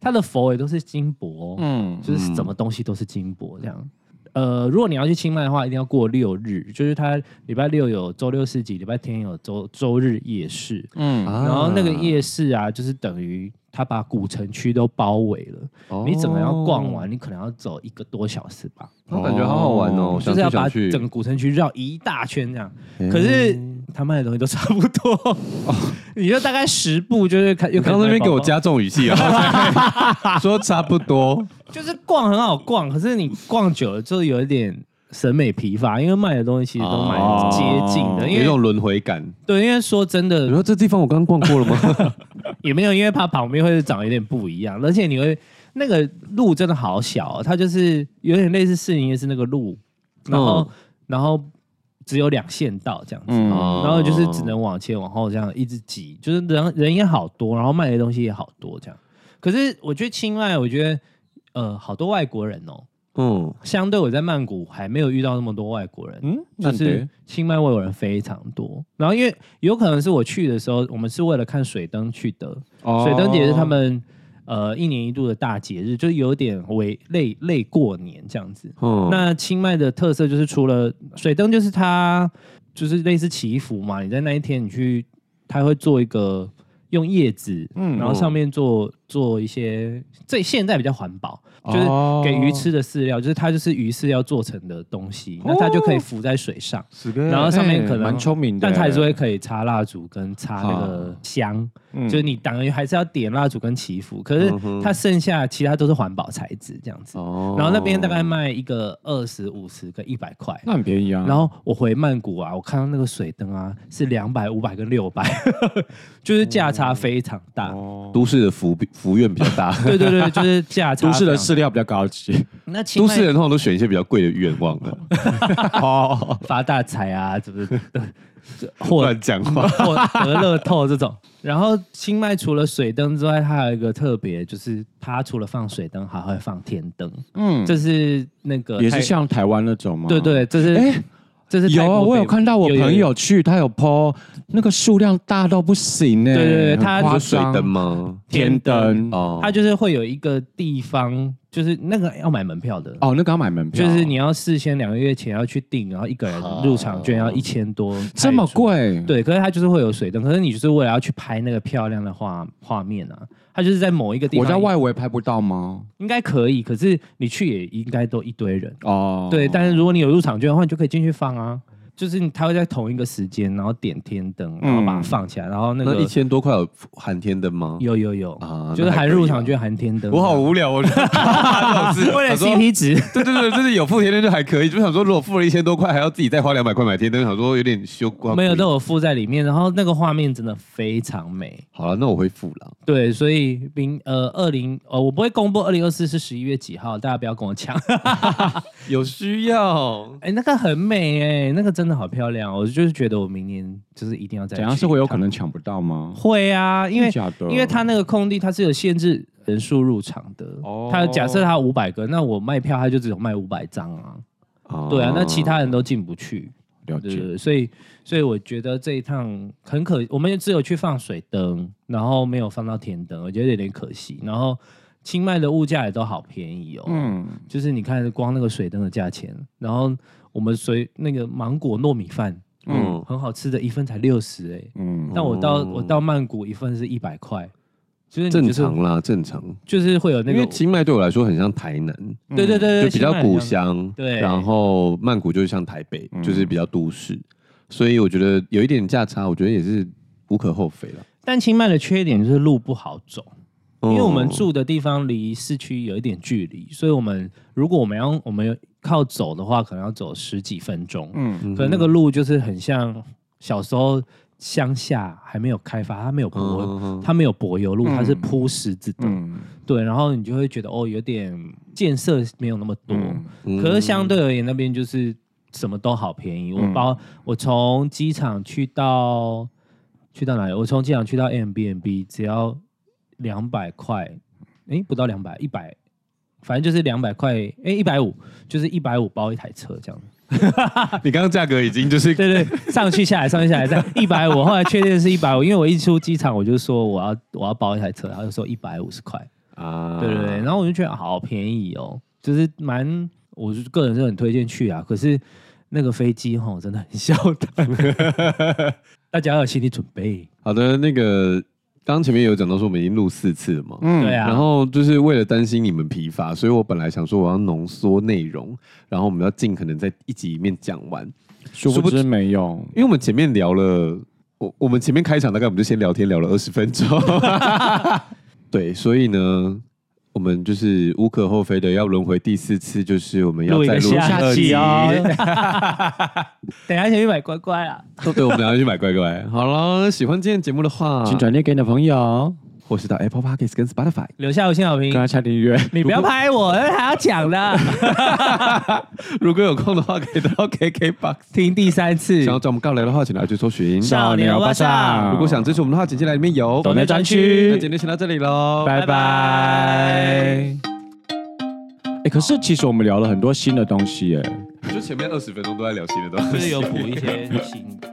B: 他的佛也都是金箔，
C: 嗯
B: 就是什么东西都是金箔这样。呃，如果你要去清迈的话，一定要过六日，就是它礼拜六有周六市集，礼拜天有周周日夜市，
C: 嗯，
A: 啊
B: 然后那个夜市啊，就是等于他把古城区都包围了，你整个要逛完，你可能要走一个多小时吧，
A: 哦感觉好好玩哦
C: 哦
A: 想
B: 就
A: 去
B: 是要把
A: 想去
B: 整个古城区绕一大圈这样。可是他卖的东西都差不多， 你就大概十步就是看。
A: 哦你刚刚那边给我，加重语气啊，说差不多，
B: 就是逛很好逛，可是你逛久了就有一点审美疲乏，因为卖的东西其实都蛮
A: 哦
B: 接近的，
A: 有一
B: 因为
A: 种轮回感。
B: 对，因为说真的
A: 你，说这地方我刚刚逛过了 吗？
B: 也没有，因为它旁边会长有点不一样，而且你会那个路真的好小、哦，它就是有点类似市营夜市那个路，然后、
A: 嗯
B: 然后只有两线道这样子，
C: 嗯
B: 然后就是只能往前往后这样一直挤，就是人人也好多，然后卖的东西也好多这样。可是我觉得清迈，我觉得呃好多外国人哦，
A: 嗯，
B: 相对我在曼谷还没有遇到那么多外国人，
C: 嗯，
B: 就
C: 那
B: 是
C: 得
B: 清迈外国人非常多。然后因为有可能是我去的时候，我们是为了看水灯去的，
C: 哦
B: 水灯节是他们呃一年一度的大节日，就是有点为类类过年这样子。
A: 嗯
B: 那清迈的特色就是除了水灯，就是它就是类似祈福嘛。你在那一天你去，它会做一个用叶子，
C: 嗯
B: 然后上面做做一些，这现在比较环保，
C: 哦
B: 就是给鱼吃的饲料，就是它就是鱼饲料做成的东西，
C: 哦
B: 那它就可以浮在水上。然后上面可能
C: 哎蛮聪明的，
B: 但它还是会可以插蜡烛跟插那个香，
C: 嗯
B: 就是你等于还是要点蜡烛跟祈福，可是它剩下其他都是环保材质这样子。
A: 哦
B: 然后那边大概卖一个二十五十跟一百块。
C: 那很便宜啊。
B: 然后我回曼谷啊，我看到那个水灯啊是两百、五百跟六百，就是价
C: 哦
B: 差非常大。
C: 后
A: 都市的福福院比较 大，
B: 对对对，就是价差。
C: 都市的，饲料比较高级，
B: 那清
A: 都
B: 迈
A: 市人通常都选一些比较贵的愿望啊的，哦，
B: 发大财啊，怎么 或
A: 乱讲 话，
B: 或得乐透这 种。然后清迈除了水灯之外，它还有一个特别，就是它除了放水灯，还会放天灯。
C: 嗯，
B: 这是那个
C: 也是
B: 泰
C: 像台湾那种吗？
B: 呃对对，这是
C: 哎
B: 这是
C: 有
B: 泰国
C: 我
B: 北
C: 有
B: 部
C: 看到我朋。
B: 有有
C: 友去，他有 po 那个数量大到不行呢，
B: 对对对
C: 很
B: 他
A: 你
C: 夸
A: 说水
C: 张
A: 灯吗？
C: 天灯哦
A: 哦，
B: 它就是会有一个地方，就是那个要买门票的，
C: 哦，那个要买门票，
B: 就是你要事先两个月前要去订，然后一个人入场券要一千多，
A: 哦
C: 这么。贵，
B: 对，可是它就是会有水灯，可是你就是为了要去拍那个漂亮的画画面啊，它就是在某一个地
C: 我
B: 方，
C: 在外围拍不到吗？
B: 应该可以，可是你去也应该都一堆人。
C: 哦，
B: 对，但是如果你有入场券的话，你就可以进去放啊。就是他会在同一个时间，然后点天灯，然后把它放起来，然后那
A: 嗯那
B: 个
A: 一千多块有含天灯吗？
B: 有有有
A: 啊
B: 就是
A: 那还
B: 含
A: 可以
B: 入
A: 啊
B: 场券含天灯，
A: 我好无聊，我觉 得
B: 为了
A: 想说
B: CP 值，
A: 对对对，就是有付天灯就还可以，就想说如果付了一千多块，还要自己再花两百块买天灯，想说有点羞光。
B: 没有都有附在里面，然后那个画面真的非常美。
A: 好了，那我会付了。
B: 对，所以明呃二零呃我不会公布二零二四是十一月几号，大家不要跟我抢。
A: 有需要？
B: 哎、那个很美哎、那个真的好漂亮哦，我就是觉得我明年就是一定要再
C: 怎样
B: 去
C: 是会有可
B: 一
C: 能抢不到吗
B: 趟？会啊，因为
C: 真假的
B: 因为它那个空地它是有限制人数入场的，
C: 哦
B: 它假设它五百个，那我卖票它就只有卖五百张啊，对啊，那其他人都进不去，
C: 哦了
B: 对
C: 解，
B: 所以所以我觉得这一趟很可，我们只有去放水灯，然后没有放到天灯，我觉得有点可惜。然后清迈的物价也都好便宜哦，
C: 嗯，
B: 就是你看光那个水灯的价钱，然后我们随那个芒果糯米饭，
A: 嗯
B: 嗯，很好吃的一份才六十哎，
C: 嗯，
B: 但我到、
A: 哦
B: 我到曼谷一份是一百块，就是你
A: 正
B: 就是
A: 常啦，正常。
B: 就是会有那
A: 因为
B: 个，
A: 清迈对我来说很像台南，
B: 对对对对，
A: 就比较啊
B: 清迈
A: 古
B: 很像，
A: 香，
B: 对
A: 然后曼谷就是像台北，就是比较都市，所以我觉得有一点价差，我觉得也是无可厚非了。
B: 但清迈的缺点就是路不好走。因为我们
A: 嗯
B: 住的地方离市区有一点距离，所以我们如果我们要我们靠走的话，可能要走十几分钟。
C: 嗯，
B: 可能那个路就是很像小时候乡下还没有开发，它没有柏，
A: 嗯
B: 它没有柏油路，
C: 嗯
B: 它是铺石子的。
C: 嗯，
B: 对，然后你就会觉得哦，有点建设没有那么多。
C: 嗯
B: 可是相对而言，那边就是什么都好便宜。我
C: 嗯
B: 包我从机场去到去到哪里？我从机场去到 M B N B 只要两百块，诶，不到两百，一百，反正就是两百块，诶，一百五，就是一百五包一台车这样。
A: 你刚刚价格已经就是
B: 对对，上去下来，上去下来，在一百五。后来确定是一百五，因为我一出机场我就说我要我要包一台车，然后就说一百五十块。
A: 啊
B: 对对对，然后我就觉得好便宜哦，就是蛮，我是个人是很推荐去啊。可是那个飞机吼真的很小 的，大家要有心理准备。
A: 好的，那个刚刚前面有讲到说我们已经录四次了嘛，
C: 嗯
B: 对啊，
A: 然后就是为了担心你们疲乏，所以我本来想说我要浓缩内容，然后我们要尽可能在一集里面讲完，
C: 殊不知没有，
A: 因为我们前面聊了，我我们前面开场大概我们就先聊天聊了二十分钟，对，所以呢，我们就是无可厚非的要轮回第四次，就是我们要
B: 录一
A: 再
B: 个
A: 录
B: 下
A: 二
B: 集
A: 集
B: 哦。等一下去买乖乖啊！
A: 都对，我们俩要去买乖乖。好了，喜欢今天的节目的话，
C: 请转贴给你的朋
B: 嗯
C: 友，
A: 或是到 Apple Podcast 跟 Spotify。
B: 留下五星好
C: 跟
B: 评
C: 他，下订阅。
B: 你不要拍我，还要讲的，
A: 如果有空的话，可以到 KKBox。
B: 听第三次
A: 想要找我们告聊的话，请来去搜寻。
B: 少年欧巴桑
A: 如果想支持我们的话，请进来里面有
C: 抖内专区
A: 那今天就先到这里喽，
C: 拜拜。哎，可是其实我们聊了很多新的东西，哎。
A: 就前面二十分钟都在聊新的东
B: 就是
A: 西
B: 有。补一些新的。